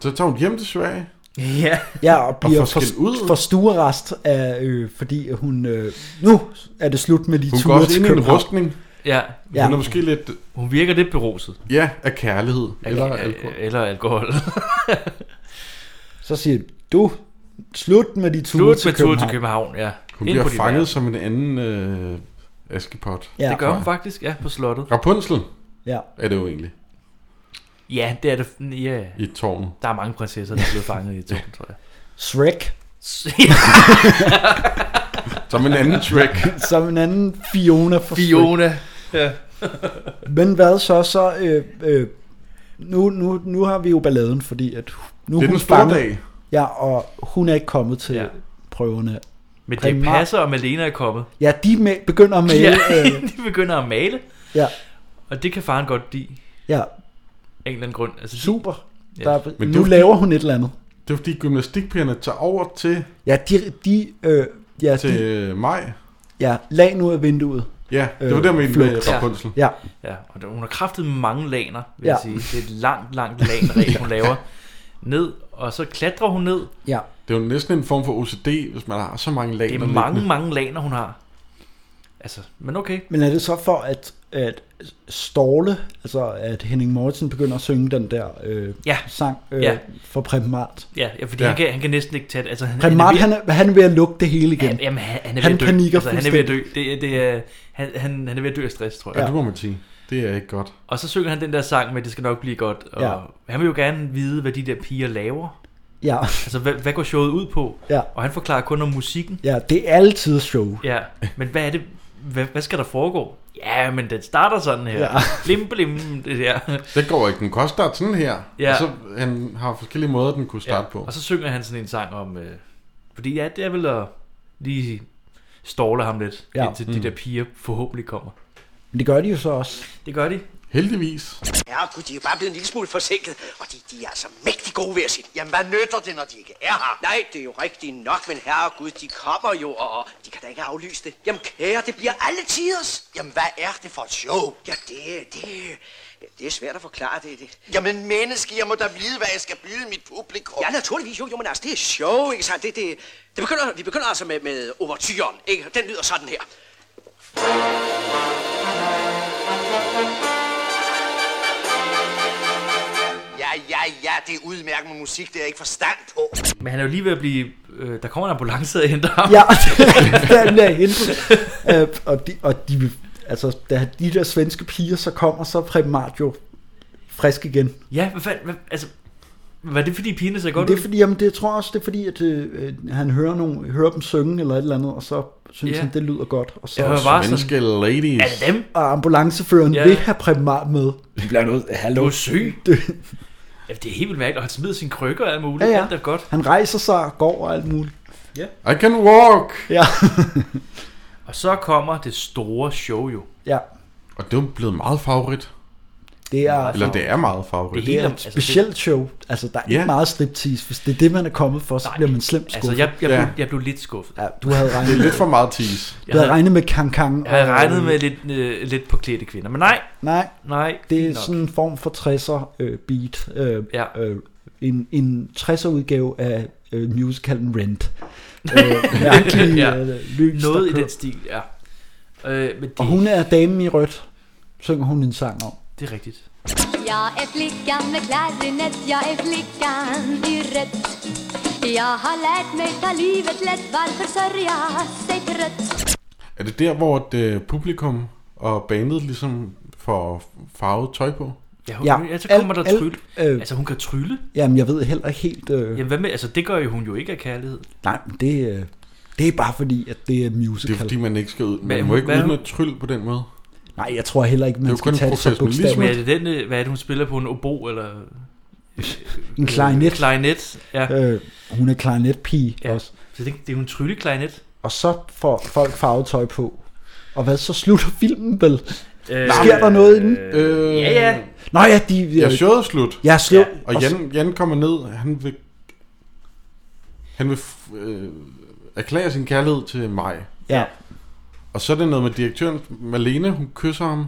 så tager hun hjem til Sverige.
Ja.
Ja, og bliver
får
for,
skældt ud.
for stuerest af, øh, fordi hun, øh, nu er det slut med de
Hun går
ture
også
til
ind i en
København.
rustning.
Ja.
Ja.
Hun er måske lidt,
Hun virker lidt beruset.
ja, af kærlighed. Eller
Af-
alkohol.
Eller alkohol.
Så siger du, slut med de ture
Slut
til
med tur til
København.
København, ja.
Hun
Ind
bliver
på dit
fanget
værelse.
som en anden øh, askepot.
Ja.
Det gør hun faktisk, ja, på slottet.
Rapunzel
Ja.
er det jo egentlig.
Ja, det er det. Ja.
I tårnet.
Der er mange prinsesser, der er blevet fanget i et tårn, tror jeg.
Shrek.
Som en anden track.
Som en anden Fiona for Shrek.
Fiona. Ja.
Men hvad så, så øh, øh, nu, nu, nu har vi jo balladen, fordi at nu
Det er
hun
den store
fanget-
dag.
Ja, og hun er ikke kommet til
Ja.
ja. prøverne.
Men det
Primær-
passer, og Malena er kommet.
Ja, de ma- begynder at male.
Ja,
Ja. Øh,
de begynder at male.
ja,
Og det kan faren godt lide.
ja,
Af en eller anden grund. Altså, de-
super.
Ja.
Ja. Der,
Men
Men
det er
nu
jo
laver hun et eller andet.
Det er fordi gymnastikpigerne tager over til...
Ja, de, de øh, Ja,
til øh, maj.
Ja, lag nu af vinduet.
Ja, det var
Øh,
der med
flugt.
Rapunzel.
Ja.
ja. Og der- hun har kraftet mange laner, vil
Ja.
ja. jeg sige. Det er et langt, langt lanræb, hun laver. Ned, og så klatrer hun ned.
Ja.
Det er jo næsten en form for OCD, hvis man har så mange lag.
Det er mange, mange laner, hun har. Altså, men okay.
Men er det så for at, at Storle, altså at Henning Mortensen begynder at synge den der øh,
Ja.
sang øh,
Ja.
for Preben Mart?
Ja, ja fordi
Ja.
ja. Han, kan, han kan næsten ikke tage det. Altså, han,
Preben
er
Mart,
ved-
han er, han er ved at lukke det hele igen.
Han, jamen, han, han er ved
han
at dø.
panikker
altså, han er ved at
fuldstændig.
dø. Det, er- det er, han, han, han er ved at dø af stress, tror jeg.
Ja, det må man sige. Det er ikke godt.
Og så synger han den der sang med, det skal nok blive godt. Og
Ja.
ja. han vil jo gerne vide, hvad de der piger laver.
Ja.
Altså, hvad, hvad går showet ud på?
Ja.
Og han forklarer kun om musikken.
Ja, det er altid show.
Ja, men hvad er det? Hvad, hvad skal der foregå? Ja, men den starter sådan her.
Ja.
Ja. Blim, blim, det der.
Det går ikke. Den kan også starte sådan her.
Ja.
Og så han har forskellige måder, den kunne starte på.
Og så synger han sådan en sang om... Øh, fordi ja, det er vel at lige ståle ham lidt,
Ja. Mm.
ja. indtil de der piger forhåbentlig kommer.
Men det gør de jo så også.
Det gør de.
Heldigvis.
Ja, gud, de er jo bare blevet en lille smule forsinket, og de, de er altså mægtig gode ved at sige.
Jamen, hvad nytter det, når de ikke er her?
Nej, det er jo rigtigt nok, men herregud, de kommer jo, og og de kan da ikke aflyse det. Jamen kære, det bliver alle tiders.
Jamen, hvad er det for et show?
Ja, det, det, det er svært at forklare det. det.
Jamen, menneske, jeg må da vide, hvad jeg skal byde mit publikum.
Ja, naturligvis, jo, jo, men altså, det er show, ikke sandt? Det, det, det begynder, vi begynder altså med, med overtyren, ikke? Den lyder sådan her.
Ja, ja, ja, det er udmærket med musik, det er jeg ikke forstand på.
Men han er jo lige ved at blive... Øh, der kommer en ambulance og henter ham.
Ja, den er hentet. Øh, og de, og de, altså, da de der svenske piger så kommer, så er Preben Mart jo frisk igen.
Ja, hvad fanden... Hvad, altså, var det fordi pigerne ser
Men
godt
det er
ud?
fordi, jamen, det jeg tror også, det er fordi, at øh, han hører, nogle, hører dem synge eller et eller andet, og så synes
Ja.
han, det lyder godt. Og så
Jeg hører bare Svenske sådan,
ladies.
er det dem?
Og ambulanceføreren
Ja.
vil have Preben Mart med.
Du bliver nødt...
hallo.
Du er syg.
Det,
Ja, det er helt vildt mærkeligt, og han smider sine krykker og alt muligt.
ja, ja.
Alt er godt.
Han rejser sig og går og alt muligt.
Ja.
I can walk!
Ja.
Og så kommer det store show jo.
ja.
Og det er jo blevet meget favorit.
Det er,
Eller det er meget favorit.
Det er et specielt show. Altså, der er
Ja.
ikke meget striptease. Hvis det er det, man er kommet for, så bliver man slemt skuffet.
Altså, jeg, jeg,
Ja.
ja. blev, jeg blev lidt skuffet.
Ja, du havde regnet
Det er lidt for meget tease.
Du havde regnet med Kang Kang.
Jeg havde
og-
regnet med lidt, øh, lidt på klædte kvinder, men nej.
Nej,
Nej,
det er
fint nok.
sådan en form for 60'er øh, beat. Øh,
Ja.
øh, en, en 60'er udgave af øh, musicalen Rent. Øh, mærkelig,
Ja.
øh, lys,
Noget i
der kører.
den stil, ja. Øh, men det,
Og hun er damen i rødt, synger hun en sang om.
det er rigtigt.
Jag är flickan med klarinet, jag är flickan i rött Jag har lärt mig ta livet lätt, varför sörja sig trött?
Er det der, hvor et, øh, publikum og bandet ligesom får farvet tøj på?
Ja, hun, ja, så kommer der trylle.
Øh,
altså, hun kan trylle.
Jamen, jeg ved heller ikke helt... Øh,
Jamen, hvad med, altså, det gør jo hun jo ikke af kærlighed.
Nej, men det, øh, det er bare fordi, at det er musical.
Det er fordi, man ikke skal ud. Man
Hvad-
må ikke
hvad-
ud med tryl på den måde.
Nej, jeg tror heller ikke,
Det er
man
jo
skal
kun
tage det så
professionalisme.
Men er
bogstaveligt.
det den, øh, hvad er det, hun spiller på? En obo, eller...
En klarinet.
Klarinet, ja.
Øh, hun er klarinetpige ja.
ja.
også.
Så det, det er jo en trylleklarinet.
Og så får folk farvetøj på. Og hvad, så slutter filmen vel? Øh,
Øh,
Sker der noget inden?
Øh,
Ja, ja.
Nå ja, de... øh,
Ja, showet er slut.
Ja, slå. Ja.
Og Jan, Jan kommer ned, han vil, han vil f- øh, erklære sin kærlighed til mig.
Ja.
Og så er det noget med direktøren, Malene, hun kysser ham.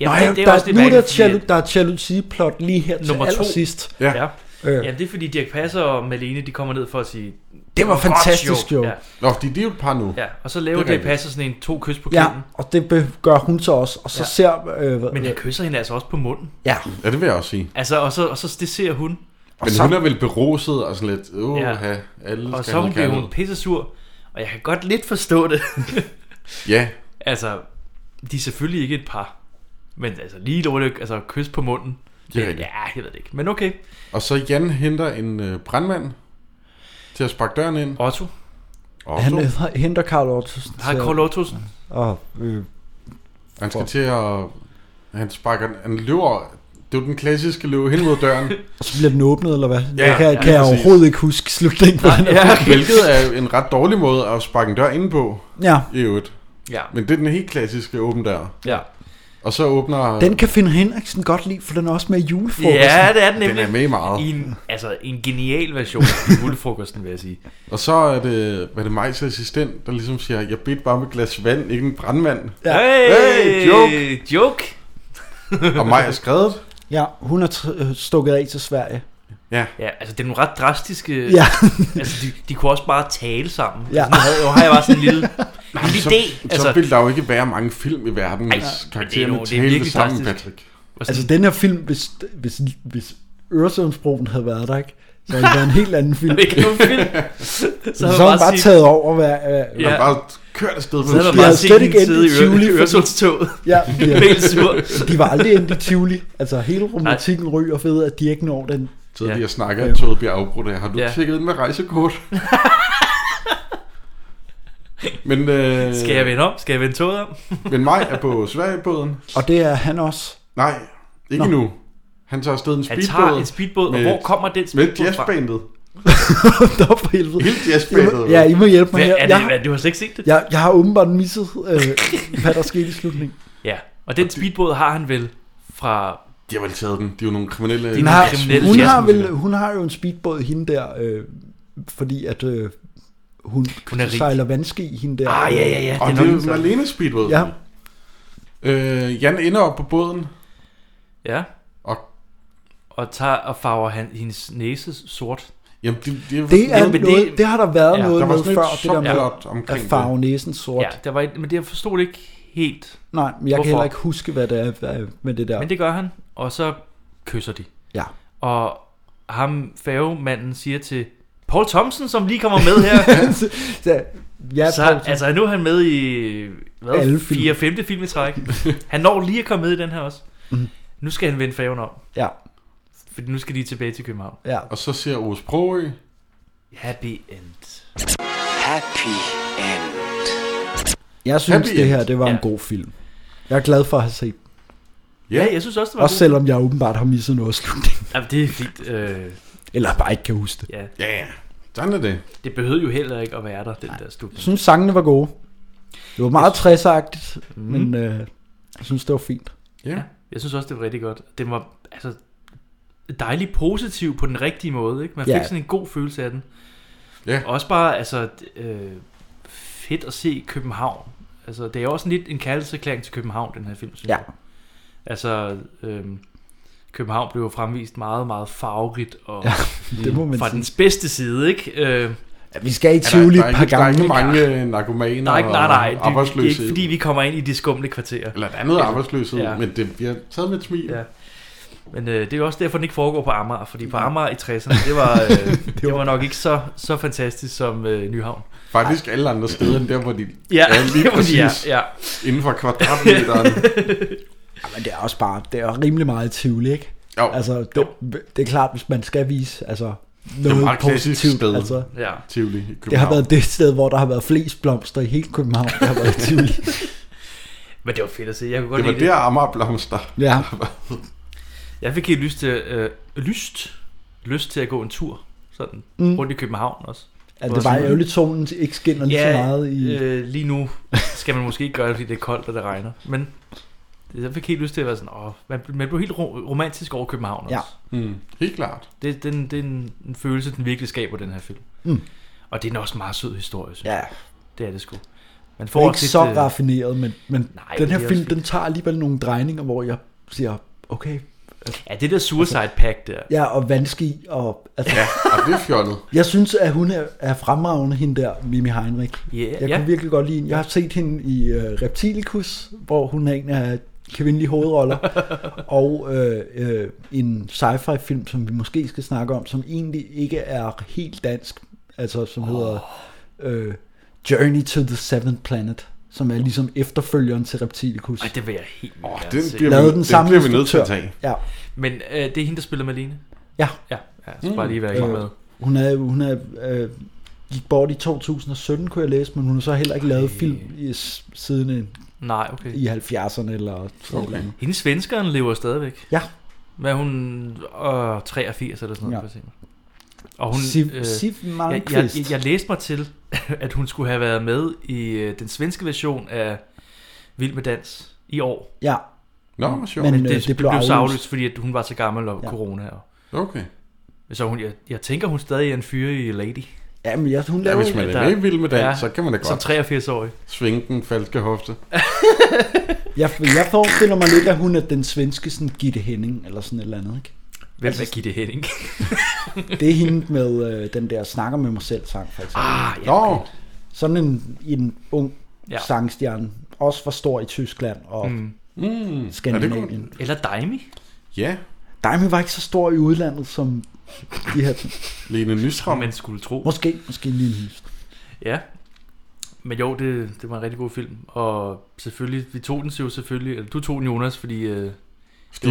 Ja, Nej, det er der, også nu er der, jalu- der er jalousi-plot lige her
Nummer
til
to.
allersidst.
Ja.
ja.
Øh.
Øh. Jamen, det er fordi Dirk Passer og Malene, de kommer ned for at sige...
Det var
godt
fantastisk jo.
Ja.
Nå, fordi de er jo et par nu.
ja. Og så laver
Det er
Dirk Passer sådan en to kys på
Ja,
kinden.
og det be- gør hun så også. Og så ja.
Ja.
ser... Øh, hvad-
Men han kysser hende altså også på munden.
Ja.
Ja, det vil jeg også sige.
Altså, og så, og så det ser hun.
Men
så-
hun er vel beruset og sådan lidt, åh, ja. alle skal
og så
have
hun bliver
kærlighed.
hun pissesur. Og jeg kan godt lidt forstå det.
Ja,
altså, de er selvfølgelig ikke et par. Men altså, lige lovligt, altså kys på munden.
Det er
Men-
rigtigt.
ja, jeg ved det ikke. Men okay.
og så Jan henter en øh, brandmand til at sparke døren ind.
Otto.
Otto.
Han
Han,
øh, henter Karl Ottosen.
Har
til-
Carl Ottosen.
Og, øh,
han skal til at... Han sparker... Han løber... Det er jo den klassiske løbe hen mod døren.
og så bliver den åbnet, eller hvad?
Ja,
Ja, jeg kan,
ja,
kan jeg
præcis.
overhovedet ikke huske slutningen på den her film.
Hvilket er en ret dårlig måde at sparke en dør ind på.
Ja.
I øvrigt.
Ja.
Men det er den helt klassiske åben dør.
Ja.
Og så åbner...
Den kan Finn Henriksen godt lide, for den er også med i julefrokosten.
Ja, det er den nemlig.
Den er med i meget.
I en, altså, en genial version af julefrokosten, vil jeg sige.
Og så er det, hvad er det Majs assistent, der ligesom siger, jeg bedte bare med et glas vand, ikke en brandmand.
Ja.
Hey, joke!
Joke!
Og Maj er skrevet.
Ja, hun er tr- øh, stukket af til Sverige.
Ja.
ja, altså det er nogle ret drastiske...
Ja.
altså de, de kunne også bare tale sammen.
Ja.
Ja. Altså, nu, havde, nu har jeg bare sådan en lille,
Nej,
en lille
så,
idé.
altså, så ville der jo ikke være mange film i verden,
Ej,
hvis
men det er
karaktererne
jo- det er
talte
virkelig
sammen,
drastisk.
Patrick.
Altså den her film, hvis, hvis, hvis Øresundsbroen havde været der, ikke? så havde det været en helt anden film.
Det er ikke nogen film.
så havde man bare
set-
taget over hver... øh,
Ja.
Ja.
bare kørt afsted på
Så havde man
De
bare
havde
set
slet
hende
ikke
sidde i,
endt i
Øre-
Tivoli,
i
Øh. fordi-
Øresundstoget.
Ja,
de er helt sur.
de var aldrig endt i Tivoli. Altså hele romantikken ryger fed, at de ikke når den.
Så ja. jeg snakker,
Ja.
at toget bliver afbrudt af. Har du
Ja.
ja. tjekket ind med rejsekort? men, øh,
Skal jeg vende om? Skal jeg vende toget om?
men Maj er på Sverigebåden.
Og det er han også.
Nej, ikke
Nå.
Nå. nu. Han tager afsted en
Han
speedbåd.
tager en speedbåd, og hvor kommer den
Med
speedbåd fra?
jazzbandet.
Nå, for helvede.
Helt jazzbandet.
Ja, I må hjælpe
Hvad
mig her.
er det?
Jeg-
Hvad, du har slet ikke set det?
Jeg, jeg har åbenbart misset, øh, hvad der skete i slutningen.
Ja, og den speedbåd har han vel fra...
De har vel taget den. De er jo nogle kriminelle...
De er
Hun
nogle
har,
kriminelle
hun, har
jazzmusikere.
vel, hun har jo en speedbåd, hende der, øh, fordi at øh, hun,
Hun
hun
er rig.
sejler vandski, hende der.
Ah, ja, ja, ja.
Og
Det
det
er
er
nok
jo
sådan.
Malene Speedbåd.
Ja.
Øh, Jan ender op på båden.
Ja.
Og,
og tager og farver han, hendes næse sort.
Jamen, det, det,
Det, er det, noget, det har der været ja, noget med før, det der med
omkring
at
det.
farve næsen sort.
Ja, der var, et- men det jeg forstod det ikke helt.
Nej, men jeg Hvorfor?
Hvorfor?
kan heller ikke huske, hvad det er hvad- med det der.
Men det gør han, og så kysser de.
Ja.
Og ham færgemanden siger til Paul Thompson, som lige kommer med her.
så, ja,
så,
Paul Thompson.
altså nu er han med i
Alle
hvad,
film.
4. 5. film i træk. Han når lige at komme med i den her også.
Mhm.
Nu skal han vende færgen om.
Ja.
Fordi nu skal de tilbage til København.
Ja.
Og så ser Ous Prøø.
Happy end.
Happy end.
Jeg synes,
Happy
det
end.
her det var ja. en god film. Jeg er glad for at have set den.
Ja, jeg synes også, det var en
Også
god
selvom jeg åbenbart har misset noget af slutningen.
Jamen, det er fint. Øh,
Eller bare ikke kan huske det.
ja.
ja, sådan er det.
Det behøvede jo heller ikke at være der, den der
Jeg
slutning.
synes, sangene var gode. Det var meget 60 mm. men øh, jeg synes, det var fint.
Ja.
Jeg synes også, det var rigtig godt. Det var altså dejligt positiv på den rigtige måde. Ikke? Man fik
Ja.
ja. sådan en god følelse af den.
Ja.
Også bare altså, d- øh, fedt at se København. Altså, det er jo også sådan lidt en kærlighedserklæring til København, den her film, synes
Ja.
jeg. Altså, øh, København blev jo fremvist meget, meget farverigt. Og ja,
det må man
fra
sige.
dens bedste side, ikke? Øh,
Ja, vi skal i
er der-
Tivoli
der er
et par
ikke- der er
gange.
Ikke mange øh, narkomaner
Der er ikke, nej, nej,
og
det, det er
arbejdsløse.
ikke fordi, vi kommer ind i de skumle kvarterer.
Eller der er noget arbejdsløshed, men det bliver taget med et smil.
Ja. Men øh, det er jo også derfor, den ikke foregår på Amager, fordi på Amager i 60'erne, det var, øh, det, var... nok ikke så, så fantastisk som øh, Nyhavn.
Faktisk alle andre steder end der, hvor de
Ja,
er
der,
lige
hvor de er,
præcis
ja.
inden for kvadratmeteren.
Ja, men det er også bare, det er rimelig meget Tivoli, ikke?
Jo.
Altså, det, det, er klart, hvis man skal vise, altså,
Det er et
noget
meget klassisk
positivt.
sted,
Altså,
Ja.
Tivoli i København.
det har været det sted, hvor der har været flest blomster i hele København. Det har været i Tivoli.
Men det var fedt at se. Jeg kunne godt
det var
lide
der Amager blomster.
Ja.
Jeg fik helt lyst til, øh, lyst, lyst til at gå en tur sådan,
Mm.
mm. rundt i København også.
Ja,
Hvor
det var
sådan-
ærgerligt, solen ikke skinner lige så meget i-
Øh, lige nu skal man måske ikke gøre det, fordi det er koldt og det regner. Men jeg fik helt lyst til at være sådan, åh, man, man blev helt ro- romantisk over København også.
Ja. Mm, helt klart.
Det, den, det er en, en følelse, den virkelig skaber, den her film.
Mm.
Og det er en også meget sød historie, synes
Ja.
jeg. Det er det sgu. Man
Det er ikke
også
så
øh,
raffineret, men, men
Nej,
den her
det er
film,
også fint.
den tager alligevel nogle drejninger, hvor jeg siger, okay. Altså,
Ja, det der suicide pack der.
Ja, og vandski, og... Altså, ja,
og det er fjollet.
Jeg synes, at hun er, er fremragende, hende der, Mimi Heinrich.
Ja,
jeg
ja.
kunne virkelig godt lide hende. Jeg har set hende i uh, Reptilicus, hvor hun er en af kvindelige hovedroller, og øh, øh, en sci-fi film, som vi måske skal snakke om, som egentlig ikke er helt dansk, altså som oh. hedder øh, Journey to the Seventh Planet, som er ligesom efterfølgeren til Reptilicus.
Ej, det vil jeg helt vildt gerne
den
se.
bliver vi-
Lavede den
den
samme
bliver vi nødt til at
instruktør. Ja.
Men øh, det er hende, der spiller Malene?
Ja. Mm.
Ja, ja jeg skal bare lige være helt med.
Hun er, hun er øh, gik bort i 2017, kunne jeg læse, men hun har så heller ikke lavet film i, s- siden en,
Nej, okay.
i 70'erne eller sådan okay. noget.
Hende svenskeren lever stadigvæk.
Ja.
Hvad er hun? Øh, 83 eller sådan noget.
Ja.
Ja. For eksempel. og hun,
Siv-
øh,
Siv
jeg,
Malmkvist.
jeg, jeg, jeg læste mig til, at hun skulle have været med i øh, den svenske version af Vild med Dans i år.
Ja.
Nå, hvor sjovt.
Men,
Men,
øh,
det,
det
det,
blev
blev, blev så
aflyst.
aflyst, fordi at hun var så gammel og
Ja.
ja. corona. Og...
Okay.
Så hun, jeg, jeg tænker, hun stadig er en fyre i Lady.
Ja, men jeg, hun
Ja,
laver
hvis man
Der-
er med i Vild med Dans,
Ja,
så kan man da godt.
som 83-årig.
Svinge den falske hofte.
Jeg, jeg forestiller mig lidt, at hun er den svenske sådan Gitte Henning, eller sådan et eller andet, ikke?
Hvem er Gitte Henning?
det er hende med øh, den der Snakker med mig selv sang, for eksempel.
Ah, ja, okay.
Sådan en, en ung ja.
Ja.
sangstjerne, også for stor i Tyskland og
Mm.
Mm.
Skandinavien.
Eller Daimi.
Ja.
Daimi var ikke så stor i udlandet som de her ting.
Lene Nystrøm.
Man skulle tro.
Måske, måske lige en
Ja. Men jo, det, det var en rigtig god film. Og selvfølgelig, vi tog den jo selvfølgelig. Eller du tog den, Jonas, fordi... Øh, det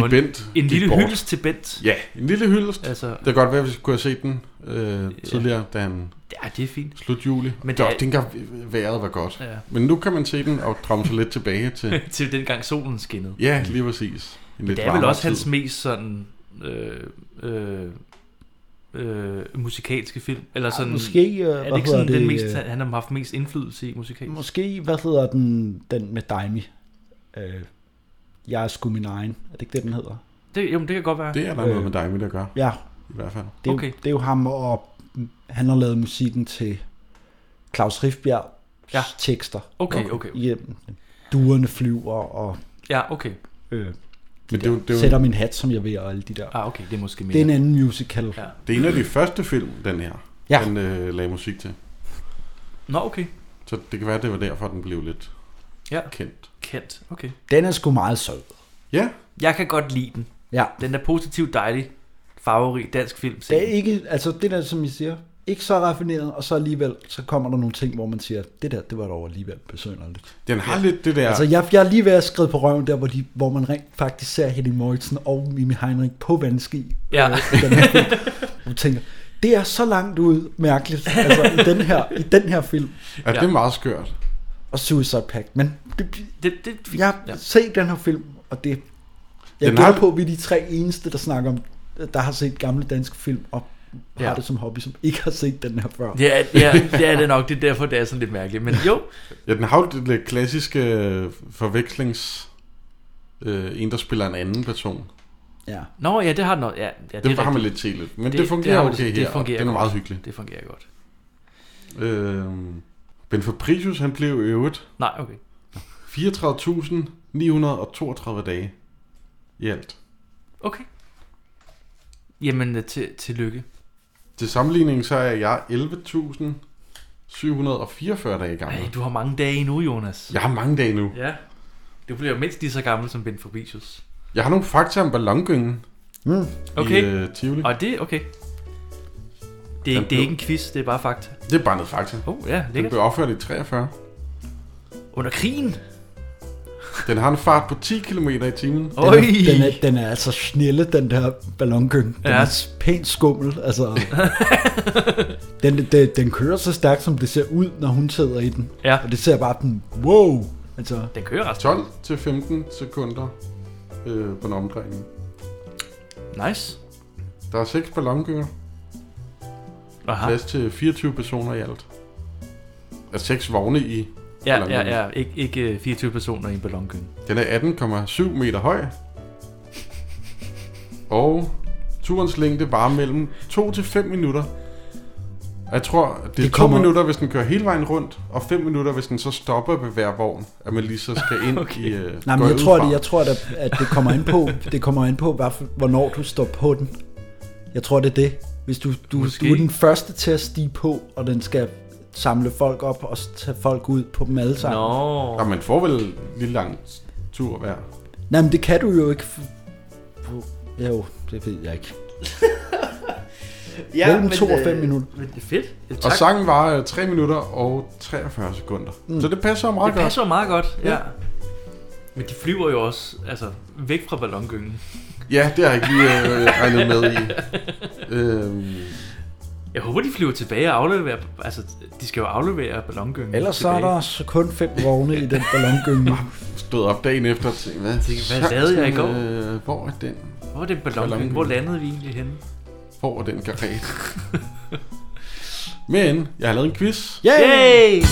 Fordi
var en,
Bent
en
gik
lille
bort.
hyldest til Bent.
Ja, en lille hyldest.
Altså,
Det kan godt være, at vi kunne have set den øh, tidligere, da han...
Ja, det er fint.
Slut juli. Men
Men
det,
det
var,
er-
dengang vejret var godt.
Ja.
Men nu kan man se den og drømme sig lidt tilbage til...
til dengang solen skinnede.
Ja, lige præcis. En
Men
lidt
det er vel
varmere
også
tid.
hans mest sådan øh, øh, øh, musikalske film. Eller
Ja,
sådan,
måske, øh, hvad
er det ikke
hedder
sådan den
det,
mest,
øh,
han har haft mest indflydelse i musikalsk?
Måske, hvad hedder den, den med Daimi? Øh, jeg er sgu min egen. Er det ikke det, den hedder?
Det, jo, men det kan godt være.
Det er der øh, noget med dig, der gør.
Ja.
I hvert fald.
Det er, okay.
Okay.
jo, det er jo ham, og han har lavet musikken til Claus Riffbjerg ja. tekster.
Okay, okay, okay.
Ja, duerne flyver, og
Ja, okay.
Øh,
Men det, er jo- det, er jo-
sætter min hat, som jeg vil, og alle de der.
Ah, okay, det er måske mere.
Det er en anden musical. Ja.
det er en af de første film, den her,
Ja.
han øh, lagde musik til.
Nå, okay.
Så det kan være, det var derfor, den blev lidt
Ja.
kendt.
Kendt, okay.
Den er sgu meget sød.
Ja.
Jeg kan godt lide den.
Ja.
Den er positivt dejlig, farverig dansk film.
Det er ikke, altså det der, som I siger, ikke så raffineret, og så alligevel, så kommer der nogle ting, hvor man siger, det der, det var dog alligevel besønderligt.
Den har lidt det der-
Altså jeg, jeg er lige ved at skrive på røven der, hvor, de, hvor man rent faktisk ser Henning Moritzen og Mimi Heinrich på vandski.
Ja.
i den her film. Og tænker, det er så langt ud mærkeligt, altså i den her, i den her film.
Ja, det er meget skørt.
Og Suicide Pact, men det,
det, det,
jeg ja. se den her film, og det... Jeg
Den
den gælder
har-
på, at vi er de tre eneste, der snakker om, der har set gamle danske film, og har
Ja.
det som hobby, som ikke har set den her før.
Ja, ja, det er det nok. Det er derfor, det er sådan lidt mærkeligt. Men jo,
Ja, den har jo det lidt klassiske øh, forvekslings... Øh, en, der spiller en anden person.
Ja.
Nå, ja, det har den også. Ja, ja, det er
Den har man
rigtigt.
lidt til lidt, men det
har
fungerer
man-
okay her, og den er
godt.
meget hyggelig.
Det fungerer godt.
Øh, ben Fabricius, han blev i øvrigt...
Nej, okay.
34.932 dage i alt.
Okay. Jamen, øh, til, tillykke.
Til sammenligning så er jeg 11.744 dage gammel.
Ej, du har mange dage nu, Jonas.
Jeg har mange dage nu.
Ja. Du bliver mindst lige så gammel som Ben Fabricius.
Jeg har nogle fakta om ballongyngen
mm.
Okay.
i øh, Tivoli.
Og det, okay. Det er, ikke, det er ikke en quiz, det er bare fakta.
Det er bare noget fakta.
Oh, ja,
den
lækkert.
blev opført i 43.
Under krigen?
Den har en fart på 10 km i timen.
Den er, den, er, den er altså snille, den der ballongyng. Den ja.
Ja.
er s- pænt skummel. Altså. den, den, den kører så stærkt, som det ser ud, når hun sidder i den.
Ja.
Og det ser bare den, wow! Altså,
Den kører ret
12 til 15 sekunder øh, på en omdrejning.
Nice.
Der er 6 ballongynger.
Aha.
Plads til 24 personer i alt. Der er 6 vogne i
Ja,
ballongyngen.
ja, ja. Ikke, ikke øh, 24 personer i en ballongyng.
Den er 18,7 meter høj. Og turens længde var mellem 2 til 5 minutter. Og Jeg tror, det er
Det
det
kommer-
kommer... 2 minutter, hvis den kører hele vejen rundt, og 5 minutter, hvis den så stopper ved hver vogn, at man lige så skal ind okay. i... Uh,
Nej, men jeg tror, det, jeg tror at, at det kommer an på, det kommer an på hvad, for- hvornår du står på den. Jeg tror, det er det. Hvis du, du,
Måske.
du er den første til at stige på, og den skal samle folk op og s- tage folk ud på dem alle sammen.
Nå.
Nå, man får vel en lille lang tur hver.
Nej, men det kan du jo ikke. f- på- Jo, det ved jeg ikke. Mellem to og fem minutter.
Men øh, det er fedt. Ja,
Og
tak.
sangen var øh, 3 minutter og 43 sekunder. Mm. Så det passer jo meget
det
godt.
passer jo meget godt, ja. ja. Men de flyver jo også altså, væk fra ballongyngen.
Ja, det har jeg ikke lige øh, regnet med i. Øhm,
Jeg håber, de flyver tilbage og afleverer... Altså, de skal jo aflevere ballongyngen.
Ellers så er
tilbage.
der så kun fem vogne i den ballongynge.
stod op dagen efter og tænkte, hvad,
hvad lavede jeg i går?
Øh, hvor er den?
Hvor er den ballongyngen?
Ballongyngen.
Hvor landede vi egentlig henne?
Hvor er den karet? Men jeg har lavet en quiz.
Yay!
Yay!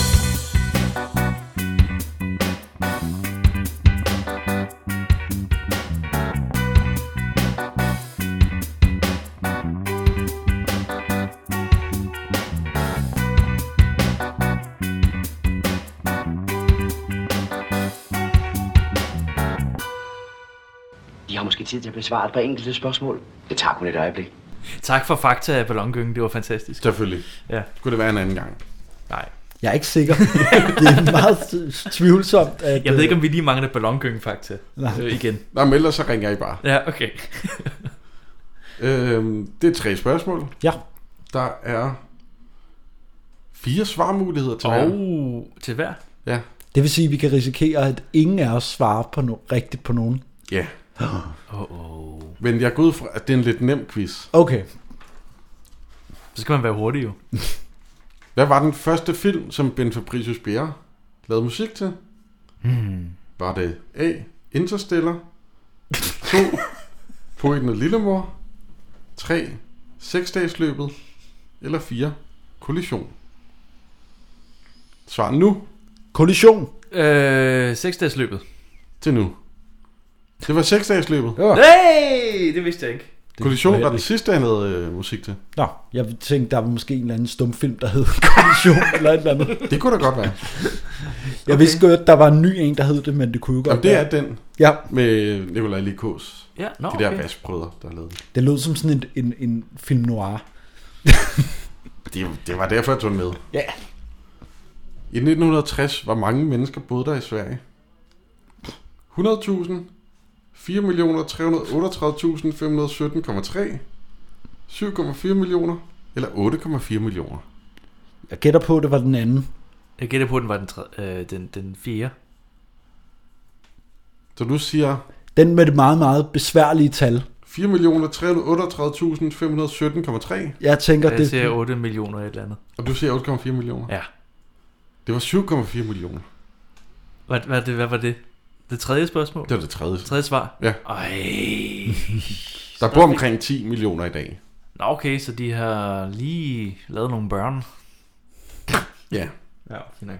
måske tid til at besvare et par enkelte spørgsmål. Det tager kun et øjeblik.
Tak for fakta af ballongyngen, det var fantastisk.
Selvfølgelig.
Ja.
Skulle det være en anden gang?
Nej.
Jeg er ikke sikker. det er meget tvivlsomt. At,
Jeg ved ikke, om vi lige mangler ballongyngen fakta
Nej.
øh, igen.
Nå, men ellers så ringer I bare.
Ja, okay.
Øhm, det er tre spørgsmål.
Ja.
Der er fire svarmuligheder til hver.
Og til hver.
Ja.
Det vil sige, at vi kan risikere, at ingen af os svarer på no- rigtigt på nogen.
Ja.
Oh.
Men jeg går ud fra, at det er en lidt nem quiz.
Okay.
Så skal man være hurtig jo.
Hvad var den første film, som Ben Fabricius Bjerre lavede musik til?
Hmm.
Var det A. Interstellar 2. Poeten og Lillemor 3. Seksdagsløbet eller 4. Kollision Svar nu
Kollision
Øh, seksdagsløbet.
til nu. Det var seksdagsløbet.
Ja.
Hey, det vidste jeg ikke.
Kollision var den sidste, han havde øh, musik til.
Nå, jeg tænkte, der var måske en eller anden stumfilm, der hed Kollision eller et eller andet.
Det kunne da godt være.
Jeg vidste godt, at der var en ny en, der hed det, men det kunne jo godt
Jamen, det
være.
er den.
Ja.
Med Nikolaj Likos.
Ja, nå,
De der
okay.
vaskbrødre, der lavede den.
Det lød som sådan en, en, en film noir.
det. Det var derfor, jeg tog den med.
Ja.
I 1960 var mange mennesker boede der i Sverige. 100.000, 4.338.517,3, 7,4 millioner eller 8,4 millioner.
Jeg gætter på, at det var den anden.
Jeg gætter på, at den var den, tredje, øh, den, den fjerde.
Så du siger
Den med det meget, meget besværlige tal.
4.338.517,3,
Jeg tænker,
Jeg
det
Øh, ser 8 millioner et eller andet.
og du siger 8,4 millioner.
Ja.
Det var 7,4 millioner.
Hvad, hvad, det, hvad var det? Det tredje spørgsmål?
Det var det tredje.
Tredje svar?
Ja.
Ej.
Der bor omkring 10 millioner i dag.
Nå, okay, så de har lige lavet nogle børn.
Ja.
Ja, fint nok.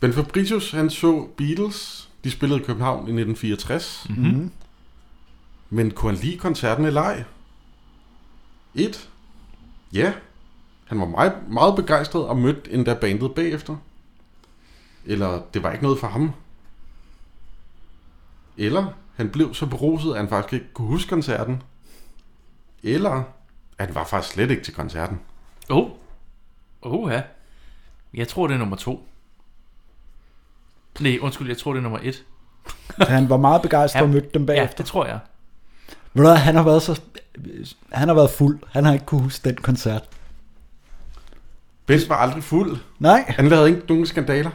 Ben Fabricius, han så Beatles. De spillede i København i 1964.
Mhm.
Men kunne han lide koncerten eller ej? 1. Ja. Han var meget, meget begejstret og mødte endda bandet bagefter. Eller det var ikke noget for ham. Eller han blev så beruset, at han faktisk ikke kunne huske koncerten. Eller at han var faktisk slet ikke til koncerten.
Oh. Oh, ja. Jeg tror, det er nummer to. Nej, undskyld, jeg tror, det er nummer et.
Han var meget begejstret og
Ja.
mødte dem bagefter.
Ja, det tror jeg.
Ved du hvad, han har været så... Han har været fuld. Han har ikke kunne huske den koncert.
Best var aldrig fuld.
Nej.
Han lavede ikke nogen skandaler.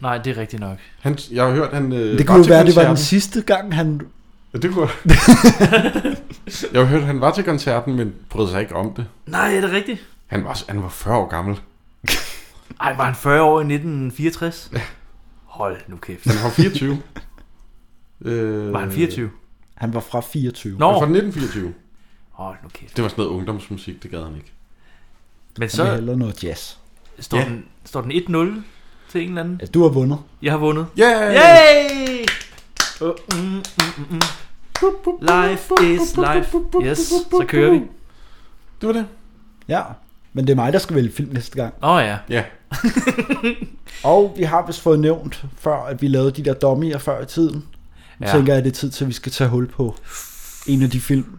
Nej, det er rigtigt nok.
Han, jeg har hørt, han øh,
Det kunne jo
til
være, det var den
koncerten.
sidste gang, han...
Ja, det kunne Jeg har hørt, han var til koncerten, men brød sig ikke om det.
Nej, er det rigtigt?
Han var, han var 40 år gammel.
Ej, var han 40 år i 1964? Ja. Hold nu kæft.
Han var 24. øh,
Var han 24?
Han var fra 24.
Nå. Han var
Nå.
fra 1924.
Hold nu kæft.
Det var sådan noget ungdomsmusik, det gad han ikke.
Men
Så... Han vil
så
hellere noget jazz.
står,
Ja.
den, står den 1-0 til en eller anden.
Ja, du har vundet.
Jeg har vundet.
Yeah!
Yay! Oh, mm, mm, mm, mm. Life is life. Yes, så kører vi.
Det var det.
Ja. Men det er mig, der skal vælge film næste gang.
Åh oh, ja.
Ja.
Og vi har vist fået nævnt før, at vi lavede de der dummier før i tiden. Ja.
Ja.
tænker jeg, at det er tid til, at vi skal tage hul på en af de film,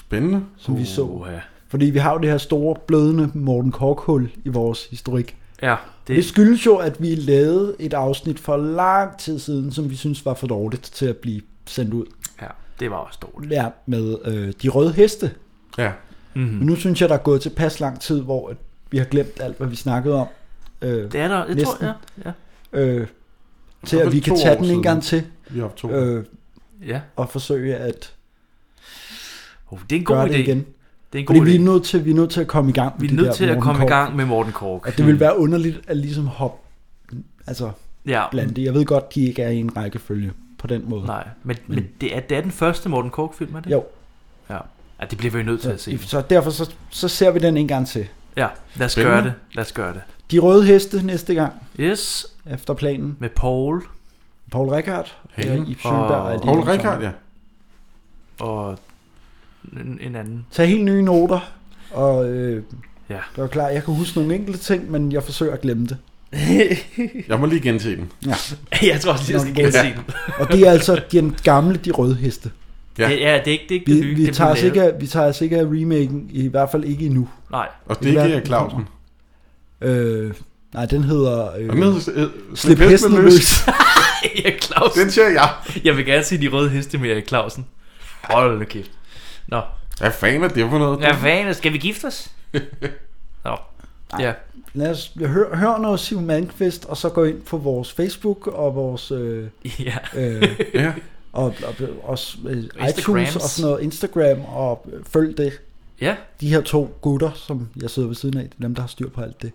Spændende.
som vi så.
Uha.
Fordi vi har jo det her store, blødende Morten Kork-hul i vores historik.
Ja,
Det... det
det,
skyldes jo, at vi lavede et afsnit for lang tid siden, som vi synes var for dårligt til at blive sendt ud.
ja, det var også dårligt.
Ja, med øh, de røde heste.
Ja.
Mhm.
Mm. Men nu synes jeg, der er gået tilpas lang tid, hvor at vi har glemt alt, hvad vi snakkede om. Øh,
Det er der, jeg
Næsten.
tror, ja. ja.
øh, til
Det var
at vi
vel
kan
to
tage
år
den en
siden.
gang til
Vi har haft to. Øh.
øh,
ja.
og forsøge at
Oh, det er en god
gøre
idé.
det igen.
Det er en god
Fordi
idé.
vi er, nødt til, vi er nødt til at komme i gang med
Vi
de
er nødt
der
til at
Morten
komme i
Korch.
gang med Morten Kork.
Og det vil være underligt at ligesom hoppe altså
Ja,
blandt det. Jeg ved godt, de ikke er i en rækkefølge på den måde.
nej. Men, men det, er, det er den første Morten Kork-film, er det?
Jo,
Ja. ja, det bliver vi nødt til at se.
så derfor så, så ser vi den en gang til.
Ja, lad os
Spændende.
gøre det. Lad os gøre det.
De røde heste næste gang,
Yes,
efter planen.
med Paul
Paul Rickard,
Hey.
hey. i Schønberg.
Og-
er lige
Paul
om
Rikard,
sommeren.
ja.
og en, en anden.
Tag helt nye noter, og øh,
Ja.
det var klart, jeg kan huske nogle enkelte ting, men jeg forsøger at glemme det.
Jeg må lige gense den.
Jeg tror også, jeg skal gense den.
Og det er altså den gamle, de røde heste.
Ja. Det, ja, det er ikke det, er ikke
Vi,
det nye,
vi,
det
tager os
blev
ikke af, vi tager os ikke af remaken, i hvert fald ikke endnu.
Nej.
Og det er ikke Clausen.
Øh, nej, den hedder... Øh,
Den hedder, øh,
Slip hesten løs.
Erik Clausen. Den
siger jeg.
Jeg vil gerne se de røde heste med Erik Clausen. Hold nu kæft. Nå.
Hvad fanden er det for noget?
Hvad fanden? Skal vi gifte os? Nå. Ja.
Lad os høre, høre noget Siv Malmqvist, og så gå ind på vores Facebook og vores... Øh,
Ja.
Øh,
Ja.
Og, og, og også øh, iTunes
Instagrams.
og sådan noget, Instagram, og øh, følg det.
Ja.
De her to gutter, som jeg sidder ved siden af, det er dem, der har styr på alt det.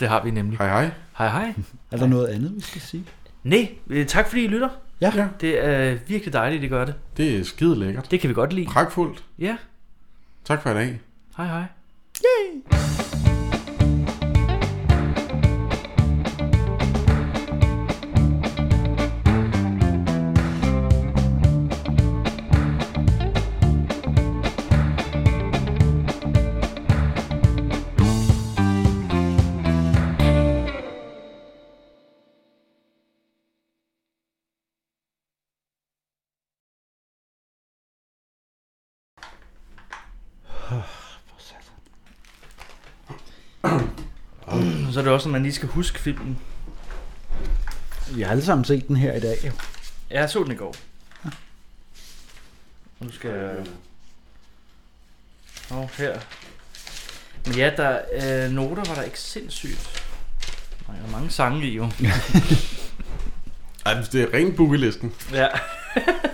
Det har vi nemlig.
Hej hej.
Hej hej.
Er der noget andet, vi skal sige?
Nej, øh, tak fordi I lytter.
Ja.
Det er virkelig dejligt, det gør det.
Det er skide lækkert.
Det kan vi godt lide.
Pragtfuldt.
Ja.
Tak for i dag.
Hej hej. Så er det også, at man lige skal huske filmen.
Vi har alle sammen set den her i dag. jo.
Ja, jeg så den i går. Og nu skal jeg... Nå, her. Men ja, der øh, noter var der ikke sindssygt. Nej, der er mange sange i jo.
Ej, det er ren bookelisten.
ja.